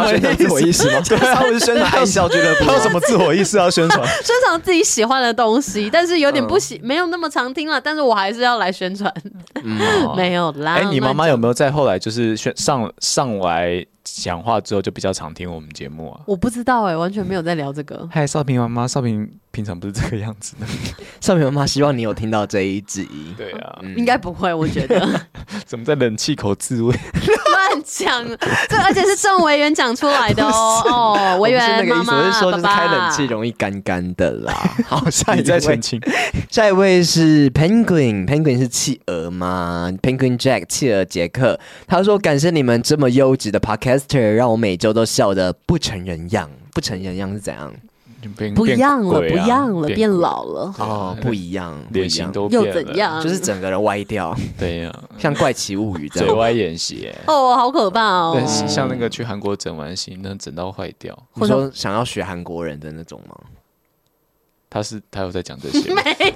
D: 宣传自我意识吗？对啊，我是宣传爱笑俱乐部
B: 她有什么自我意识要宣传？
A: 宣传自己喜欢的东西，但是有点
B: 哦
A: 不喜，没有那么常听了，但是我还是要来宣传。 <laughs> 没有啦，
B: 哎、你妈妈有
A: 乱讲？
B: 没有在后来就是宣上上来讲话之后就比较常听我们节目啊？
A: 我不知道哎、完全没有在聊这个。
B: 嗨，少平妈妈，少平平常不是这个样子的。
D: 少平妈妈希望你有听到这一集。
B: 对啊，
A: 应该不会，我觉得
B: <laughs> 怎么在冷气口自 <laughs> 慰？
A: 乱讲，这而且是郑维园讲出来的哦。哦，
D: 我
A: 维
D: <laughs> 不是
A: 园
D: 那个
A: 妈
D: 意思，
A: 妈，
D: 我是说就是
A: 爸爸
D: 开冷气容易干干的啦。好，下
B: 你
D: 一
B: 在
D: 位
B: 澄，清？
D: 下一位是 Penguin，Penguin 是企鹅吗？Penguin Jack 企鹅杰克，他说感谢你们这么优质的 Podcaster，让我每周都笑得不成人样。不成人样是怎样？
B: 就 <laughs> 变
A: 不一样了，
B: 变
A: 不
B: 鬼啊
A: 一样了，变
B: 鬼
A: 老了，
D: 哦，不一样，不
B: 嗯
D: 一
B: 脸
D: 样
B: 型都
A: 又
B: 变了
A: 怎？样？
D: 就是整个人歪掉，
B: 对
A: <laughs>
B: 呀，
D: 像怪奇物语这
B: 嘴
D: 样。
B: 歪眼斜。
A: 哦，好可怕啊哦 <laughs>
B: 对，！像那个去韩国整完型，那整到坏掉。
D: 你说想要学韩国人的那种吗？
B: 他是他有在讲这些吗。
A: 没有，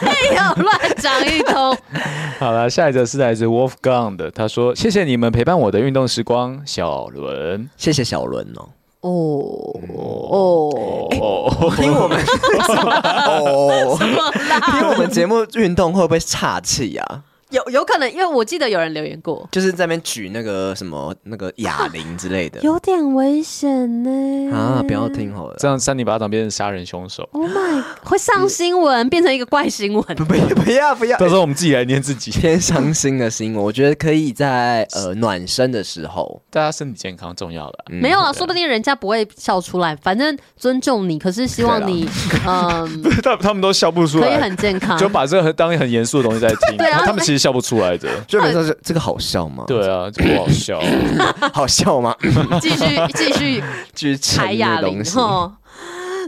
A: 没有乱讲一通。
B: <laughs> 好了，下一则是来自 Wolfgang 的，他说：“谢谢你们陪伴我的运动时光，小伦。
D: 谢谢小伦
A: <laughs> 哦
D: 哦，<laughs>
A: 哦，
B: 哦，
D: 听我们 <laughs> 哦，
A: <laughs>
D: 听我们节目运动会不会岔气啊？
A: 有有可能，因为我记得有人留言过，
D: 就是在那边举那个什么那个哑铃之类的
A: 有点危险呢。
D: 啊，不要
A: <laughs>
D: 听好了
B: 这，样扇你巴掌变成杀人凶手。
A: Oh my，会上新闻，变成一个怪新闻。
D: 不不不要不要
B: <laughs> 到，时候我们自己来念自己。
D: 偏伤心的新闻，我觉得可以在呃暖身的时候，嗯
B: 大家啊身体健康重要了。
A: 没有啊，说不定人家不会笑出来，反正尊重你，可是希望你， <laughs>
D: <laughs> 啊
A: 嗯，
B: <laughs> 他他们都笑不出
A: 可以
B: 来，
A: 很健康。
B: 就把这个当很严肃的东西在听。
A: 对啊
B: 他们其实笑不出来的。
D: 就本上是这个好笑吗？，
B: <laughs> 对啊，这不好 <laughs> 笑。
D: 好笑吗？ <laughs>
A: 继续继续
D: 举
A: 抬
D: 沉
A: 哑
D: 的
A: 铃
D: 东西，
A: 哈。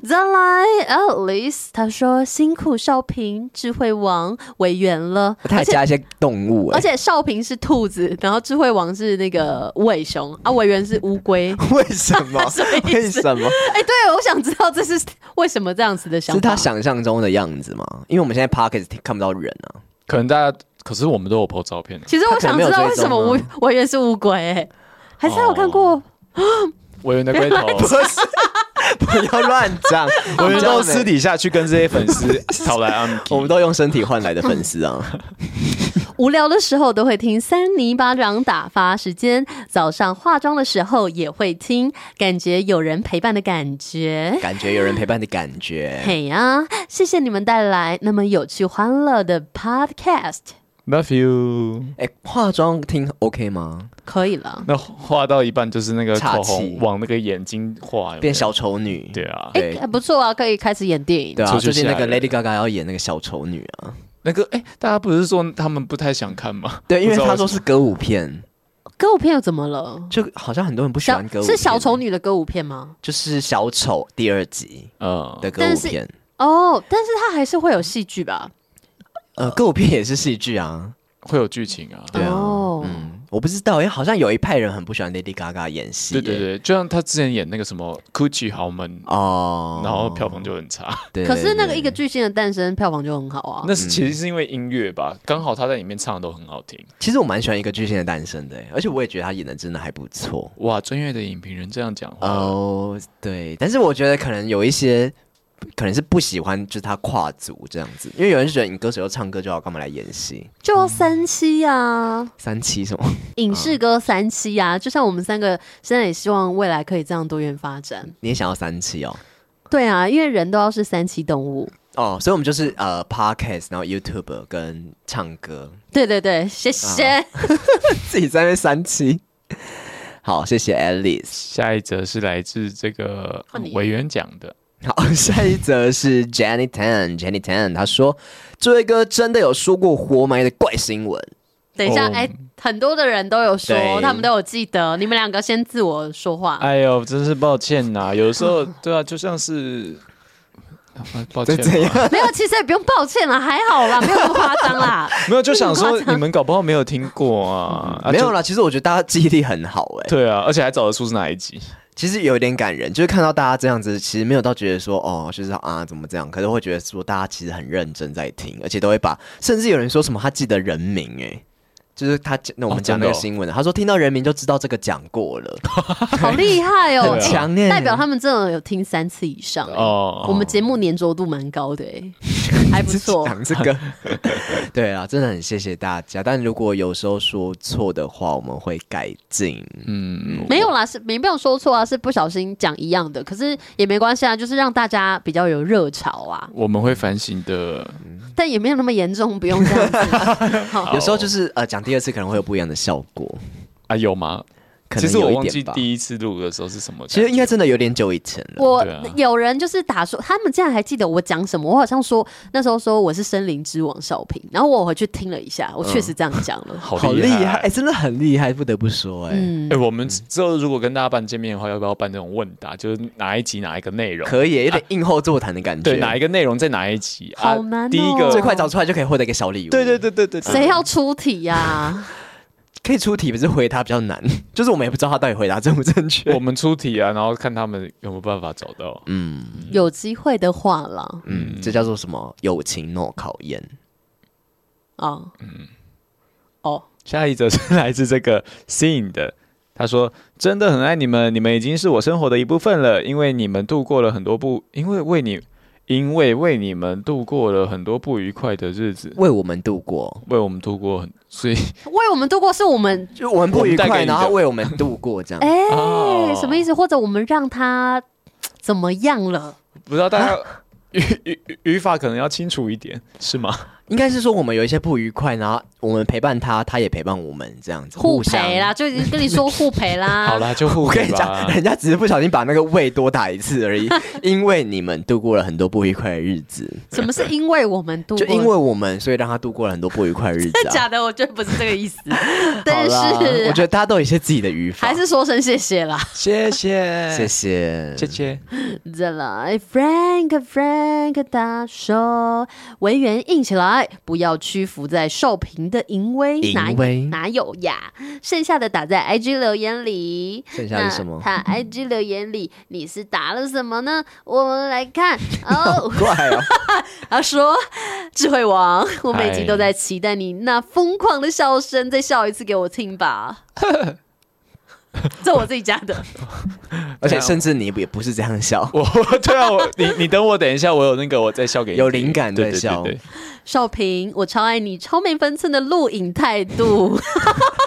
A: 再来，Alice，他说辛苦少平智慧王委员了，
D: 他还加一些动物，
A: 而
D: 哎，
A: 且少平是兔子，然后智慧王是那个无尾熊
D: <laughs>
A: 啊，委员是乌龟。
D: <laughs> 为什么
A: <laughs> 什么意？思
D: 为什么？
A: 哎、对，我想知道这是为什么这样子的想
D: 是
A: 法。
D: 他想象中的样子吗？因为我们现在 p o c k e t 看不到人啊，
B: 可能大家，可是我们都有 po 照片。
A: 其实我想知道为什么
D: 他可能没有
A: 我
D: 追啊
A: 我以为是乌龟、欸，还是他有看
B: 哦
A: 过？
B: 委员的龟头， <laughs>
D: 不是，不要乱讲，
B: 委员都
D: 是
B: 私底下去跟这些粉 <laughs> 丝讨来安
D: 我们
B: 慰。
D: 都用身体换来的粉丝啊，
A: 无聊的时候都会听三尼巴掌打发时间，早上化妆的时候也会听，感觉有人陪伴的感觉。
D: 感觉有人陪伴的感觉。
A: 嘿呀，谢谢你们带来那么有趣欢乐的 podcast，
B: Love you。
D: 哎，化妆听 OK 吗？
A: 可以了。
B: 那画到一半就是那个
D: 岔
B: 口
D: 气
B: 红往那个眼睛画，有没有
D: 变小丑女，
B: 对啊，
A: 哎、
D: 对
A: 不错啊，可以开始演电影
D: 对。啊，
B: 出去
D: 最近那
B: 吓
D: 个
B: 人
D: Lady Gaga 要演那个小丑女啊，
B: 那个哎、大家不是说他们不太想看吗？
D: 对，因为
B: 不知道
D: 她说是歌舞片，
A: 歌舞片又怎么了？
D: 就好像很多人不喜
A: 小
D: 欢歌舞，
A: 是小丑
D: 女，
A: 女的歌舞片吗？
D: 就是小丑第二集
B: 嗯，
D: 的歌
A: 但
D: 舞
A: 是
D: 片，
A: 哦，但是它还是会有戏剧吧？
D: 呃，歌舞片也是戏剧啊，
B: 会有剧情啊。
D: 对啊
A: 哦
D: 嗯，我不知道，因为好像有一派人很不喜欢 Lady Gaga 演戏，
B: 对对，对，就像他之前演那个什么《Gucci 豪门》，
D: 哦，
B: 然后票房就很差。
D: 对，
A: 可是那个
D: 对
A: 一个巨星的诞生，票房就很好
D: 哦
A: 啊。
B: <laughs> 那是其实是因为音乐吧，刚好他在里面唱的都很好听。
D: 其实我蛮喜欢一个巨星的诞生的，欸而且我也觉得他演的真的还不错。
B: 哇，专业的影评人这样讲话，
D: 哦，对，但是我觉得可能有一些可能是不喜欢，就是他跨足这样子，因为有人觉得你歌手要唱歌就好，干嘛来演戏？
A: 就三期啊，
D: 三七什么？ <laughs>
A: 影视歌三期啊，就像我们三个现在也希望未来可以这样多元发展。
D: 你也想要三七哦？
A: 对啊，因为人都要是三期动物。
D: 哦，所以我们就是呃，podcast，然后 YouTube 跟唱歌， <laughs>
A: 对对对，谢谢。
B: 啊
D: 自己在那边三七。 <laughs> 好，谢谢 Alice。 <laughs>
B: 下一则是来自这个
A: 换你
B: 委员讲的，
D: 好，下一则是 Jenny Tan。Jenny Tan 他说，这位哥真的有说过活埋的怪新闻。
A: 等一下，
B: 哦
A: 哎、很多的人都有说，
D: 对
A: 他们都有记得。你们两个先自我说话。
B: 哎呦，真是抱歉
D: <laughs>
B: 呐、有时候对啊，就像是。抱歉，
D: 这样
A: 没有，其实也不用抱歉了，还好啦，没有那么夸张啦。
B: <laughs> 没有就想
D: <laughs>
B: 说你们搞不好没有听过啊，啊
D: 嗯没有
B: 就
D: 啦，其实我觉得大家记忆力很好哎、
B: 对啊，而且还找得出是哪一集。
D: 其实有点感人，就是看到大家这样子，其实没有到觉得说哦，就是啊怎么这样，可是会觉得说大家其实很认真在听，而且都会把，甚至有人说什么他记得人名哎、就是他讲那我们
B: 哦
D: 讲那
B: 真
D: 个
B: 的哦
D: 新闻的，他说听到人名就知道这个讲
B: <laughs>
D: 过了，
A: 好厉害哦、
D: 很强
A: 哎
D: 哎，
A: 代表他们真的有听三次以上、哎我
B: 啊哦，
A: 们节目粘着度蛮高的、哎还不
D: <laughs>
A: 错。
D: 讲这个，对啊，真的很谢谢大家，但如果有时候说错的话，我们会改进，
B: 嗯，
A: 没有啦，是没没有说错啊，是不小心讲一样的，可是也没关系啊，就是让大家比较有热潮啊，
B: 我们会反省的。
D: 嗯
A: 但也没有那么严重，不用
D: <laughs>
A: 这样子。好
D: 有时候就是呃讲第二次可能会有不一样的效果，
B: 啊，有吗？
D: 可
B: 其
D: 能
B: 实
D: 有
B: 我
D: 一
B: 忘记
D: 点吧。
B: 第一次录的时候是什么感觉，
D: 其实应该真的有点久以前了。
A: 我
B: 对啊
A: 有人就是打说，他们竟然还记得我讲什么。我好像说那时候说我是森林之王少平，然后我回去听了一下，我确实这样讲了。
B: 好
D: 厉
B: 厉
D: 害，哎、真的很厉害，不得不说、哎、
A: 嗯，
B: 哎、我们之后如果跟大家办见面的话，要不要办那种问答？就是哪一集哪一个内容？
D: 可以、有点啊硬后座谈的感觉。
B: 对，哪一个内容在哪一集？
A: 好难哦
B: 第一
D: 最
B: 个，
D: 快找出来就可以获得一个小礼物。
B: 对对，对对对，对
A: 谁要出题呀、
B: 嗯
D: 可以出题，不是回答比较难， <laughs> 就是我们也不知道他到底回答正不正确。
B: 我们出题啊，然后看他们有没有办法找到。
D: 嗯
A: 有机会的话啦，
D: 嗯，这叫做什么？友情诺考验。
A: 啊，嗯，哦，
B: 下一则是来自这个 Sin 的，他说：“真的很爱你们，你们已经是我生活的一部分了，因为你们度过了很多不，因为为你，因为为你们度过了很多不愉快的日子，
D: 为我们度过，
B: 为我们度过很，所以
A: 为我们度过是我们
D: 就我们不愉
B: 我们带给
D: 快，
B: 你的
D: 然后为我们度过这样。
A: 哎、
B: 哦
A: 什么意思？或者我们让他怎么样了？
B: 不知道大家
D: 啊
B: 语语语语法可能要清楚一点，是吗？
D: 应该是说我们有一些不愉快，然后我们陪伴他，他也陪伴我们，这样子
A: 互
D: 相
A: 陪啦，。就已经跟你说互陪
D: <laughs>
A: 啦。
B: 好啦，就互
D: 啊我跟
B: 给
D: 你
B: 吧
D: 讲，。人家只是不小心把那个胃多打一
A: <laughs>
D: 次而已，因为你们度过了很多不愉快的日子，
A: 什么是因为我们度
D: 就
A: 过？
D: 因为我们，所以让他度过了很多不愉快的日子、
A: 真
D: 啊。
A: 假的，我觉得不是这个意思，但
D: <laughs> 好啦
A: 是
D: 我觉得大家都有一些自己的语法。
A: 还是说声谢谢啦。
B: 谢谢，
D: 谢谢，
B: 谢谢。
A: 再来，Frank Frank 大手，维园硬起来，不要屈服在受评的淫威，
D: 淫
A: 哪
D: 威
A: 哪有呀？剩下的打在 IG 留言里。
D: 剩下是什么
A: 那他 IG 留言里，你是打了什么呢？我们来
D: <laughs>
A: 看哦。
D: 怪
B: <laughs>
D: 哦，
A: 他说：“智慧王，我每集
B: 嗨
A: 都在期待你那疯狂的笑声，再笑一次给我听
D: <laughs>
A: 吧。”这我自己加的，
D: 而且甚至你也不是这样笑，
B: 我对啊，我你你等我等一下，我有那个我再笑给你听。
D: 有灵感
B: 对
D: 在
B: 对
D: 笑
B: 对对
A: 少平，我超爱你，超没分寸的录影态度。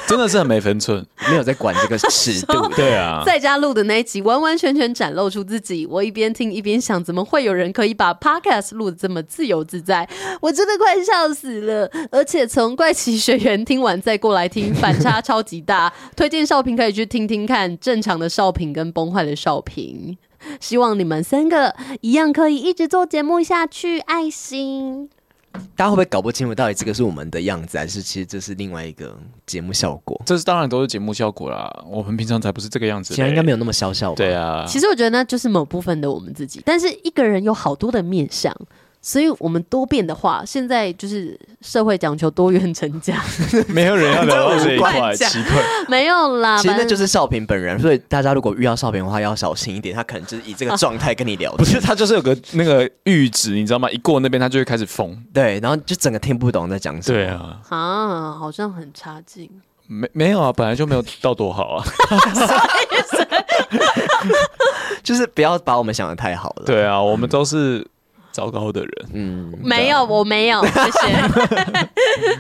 B: 真的是很没分
D: <laughs>
B: 寸。。
D: 没有在管这个尺度
B: 对啊，
A: 在家录的那一集，完完全全展露出自己。我一边听一边想，怎么会有人可以把 podcast 录的这么自由自在？我真的快笑死了！而且从怪奇学员听完再过来听，反差超级大。推荐少平可以去听听看，正常的少平跟崩坏的少平。希望你们三个一样可以一直做节目下去，爱心。
D: 大家会不会搞不清楚到底这个是我们的样子，还是其实这是另外一个节目效果？
B: 这是当然都是节目效果啦，我们平常才不是这个样子嘞。
D: 其实应该没有那么小笑吧？
B: 对，啊，
A: 其实我觉得那就是某部分的我们自己，但是一个人有好多的面相，所以我们多变的话，现在就是社会讲求多元成
D: <laughs>
A: 家，
B: 没有人要聊到这
A: 这
B: 一
A: 无
B: 块，
A: 关讲
B: 奇怪。
A: 没有啦，
D: 其实那就是是少平本人，所以大家如果遇到少平的话，要小心一点，他可能就是以这个状态跟你聊
B: <laughs> 不是，
D: 天。
B: 他就是有个那个阈值，你知道吗？一过那边他就会开始疯。
D: 对，然后就整个听不懂在讲什么。
B: 对，啊，
A: 啊，好像很差劲。
B: 没没有啊，本来就没有到多好啊。
D: <laughs> 就是不要把我们想的太好了。，
B: 对啊，我们都是糟糕的人。
D: 嗯，
A: 没有，我没有，谢
D: <laughs>
A: 谢。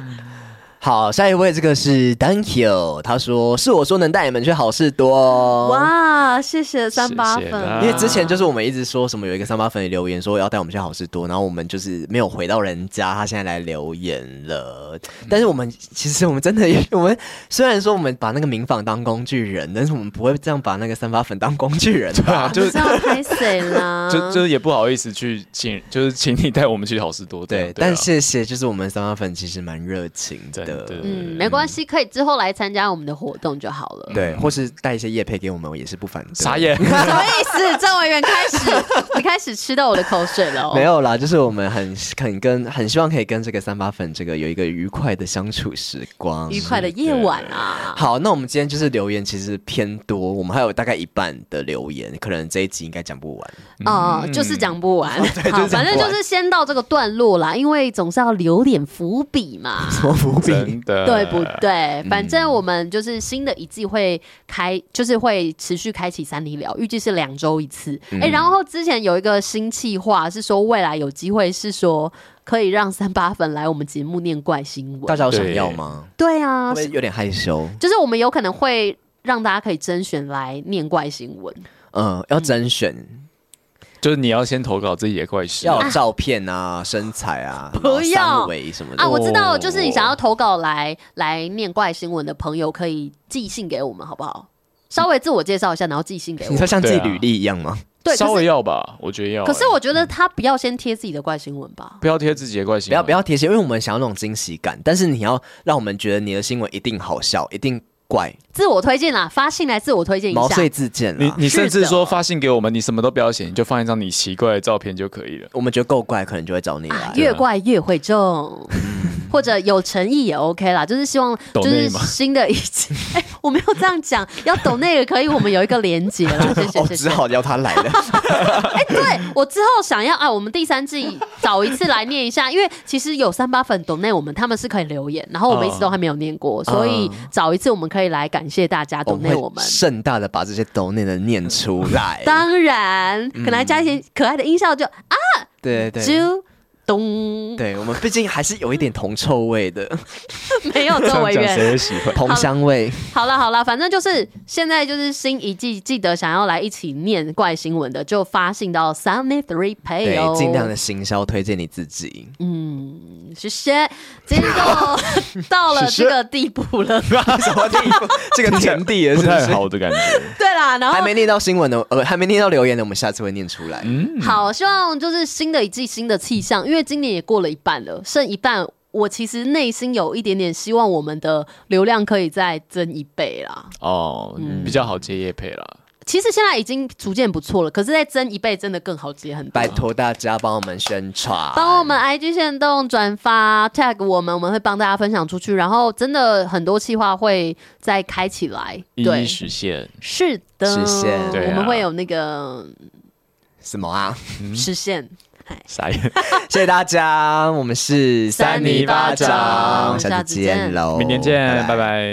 D: 好，下一位这个是 Thank you，他说是我说能带你们去好事多。
A: 哇，谢谢三八
B: 谢谢
A: 粉，
B: 啦
D: 因为之前就是我们一直说什么有一个三八粉的留言说要带我们去好事多，然后我们就是没有回到人家，他现在来留言了。但是我们其实我们真的也，我们虽然说我们把那个民访当工具人，但是我们不会这样把那个三八粉当工具人 <laughs>
B: 对
D: 吧？
B: 啊，就。
A: 不知道拍谁啦
B: 就就是也不好意思去请， <laughs> 就是请你带我们去好事多这样。
D: 对，
B: 啊
D: 但谢谢，就是我们三八粉其实蛮热情
B: 真
D: 的
B: 的，
A: 嗯，没关系，可以之后来参加我们的活动就好了。
D: 对，或是带一些叶配给我们，我也是不反对。
B: 傻眼。
A: 什么意思？郑委员开始，你开始吃到我的口水了、哦。
D: 没有啦，就是我们很很跟很希望可以跟这个三八粉这个有一个愉快的相处时光，
A: 愉快的夜晚啊。
D: 好，那我们今天就是留言其实偏多，我们还有大概一半的留言，可能这一集应该讲不
A: <laughs>
D: 完。
A: 哦，
B: 嗯
A: 就是讲不
D: <laughs>
A: 完。
D: 嗯就是
A: 好，
D: 讲
A: 反正
D: 不
A: 就
D: 完
A: 是先到这个段落啦，因为总是要留点伏笔嘛，
D: 什么伏
B: 真
D: 笔？
B: 的，
A: 对不对？
D: 嗯
A: 反正我们就是新的一季会开，就是会持续开启三里聊，预计是两周一次。哎、
D: 嗯
A: 然后之前有一个新计划是说，未来有机会是说可以让三八粉来我们节目念怪新
D: 大
A: 闻。
D: 家有想要吗？
A: 对啊
D: 会不，会有点害羞？
A: 就是我们有可能会让大家可以甄选来念怪新闻。
D: 嗯，要甄选，
B: 就是你要先投稿自己的怪事。
D: 要有照片啊、身材啊、
A: <laughs> 不要
D: 然后三围什么的。
A: 啊，我知道，
B: 哦
A: 就是你想要投稿来来念怪新闻的朋友，可以寄信给我们，好不好？稍微自我介绍一下，然后寄信给我
D: <laughs> 你。说像寄
B: 对啊
D: 履历一样吗？
A: 对，
B: 稍
A: 可
B: 微
A: 是
B: 要吧，我觉得要欸、
A: 可是我觉得他不要先贴自己的怪新闻吧。
B: 不要贴自己的怪心，啊
D: 不要不要贴心，因为我们想要那种惊喜感，但是你要让我们觉得你的新闻一定好笑，一定怪，
A: 自我推荐啦，发信来自我推荐一
D: 毛
A: 下。
D: 遂自荐
B: 你
D: 啦。
B: 你甚
A: 是
B: 至
A: 的
B: 说发信给我们，你什么都不要写，你就放一张你奇怪的照片就可以了。
D: 我们觉得够怪，可能就会找你
A: 啊
D: 来，。
A: 越怪越会中， <laughs> 或者有诚意也 OK 啦，就是希望
B: 抖
A: 就
B: 内
A: 是
B: 吗
A: 新的一季， <laughs> 哎、我没有这样讲，要抖那个可以，我们有一个连接啦，谢谢
D: 哦，
A: 谢
D: 只
A: 谢。
D: 好邀他
A: <laughs>
D: 来了。
A: 哎、对我之后想要啊，我们第三季找一次来念一下，因为其实有三八粉抖内我们他们是可以留言，然后我们一直都还没有念过，所以找一次我们可以来感谢大家抖内我
D: 嗯会
A: 们。
D: 盛大的把这些抖内的念出
A: <laughs>
D: 来。
A: 当然，可能还加一些可爱的音效就，啊
D: 对对对，
A: 啾咚，
D: 对我们毕竟还是有一点铜臭味的，
A: <laughs> 没有
B: 这
A: 周
B: 样
A: 委
B: 讲
A: 员。
B: 谁会喜欢？
D: 铜香味。
A: 好了好了，反正就是现在就是新一季，记得想要来一起念怪新闻的，就发信到 Sunny Three Pay 哦，
D: 对，尽量的行销推荐你自己。
A: 嗯谢谢。今天就到
D: <laughs>
A: 了这个地步了，
D: 什么地步？这个田地
B: <laughs>
D: 了
B: 不
D: 是不
B: 太
D: 是？
B: 好的感觉。
A: 对啦，然
D: 还
A: 后
D: 没念到新闻的，呃，还没念到留言的，我们下次会念出来。
B: 嗯
A: 好，希望就是新的一季新的气象，因为今年也过了一半了，剩一半。我其实内心有一点点希望我们的流量可以再增一倍啦。
B: 哦，
A: 嗯
B: 比较好接叶配啦。
A: 其实现在已经逐渐不错了，可是再增一倍真的更好接很多
D: 拜。托大家帮我们宣传，
A: 帮我们 IG 线动转发 tag 我们，我们会帮大家分享出去。然后真的很多企划会再开起来，
B: 一
A: 对
B: 一，实现，
A: 是的，
D: 实现
B: 对啊
A: 我们会有那个
D: 什么啊？ <laughs>
A: 实现。
B: 傻眼，
D: 谢谢大家，我们是
A: 三
B: 泥巴掌
D: 下次见喽，
B: 明天见，拜拜。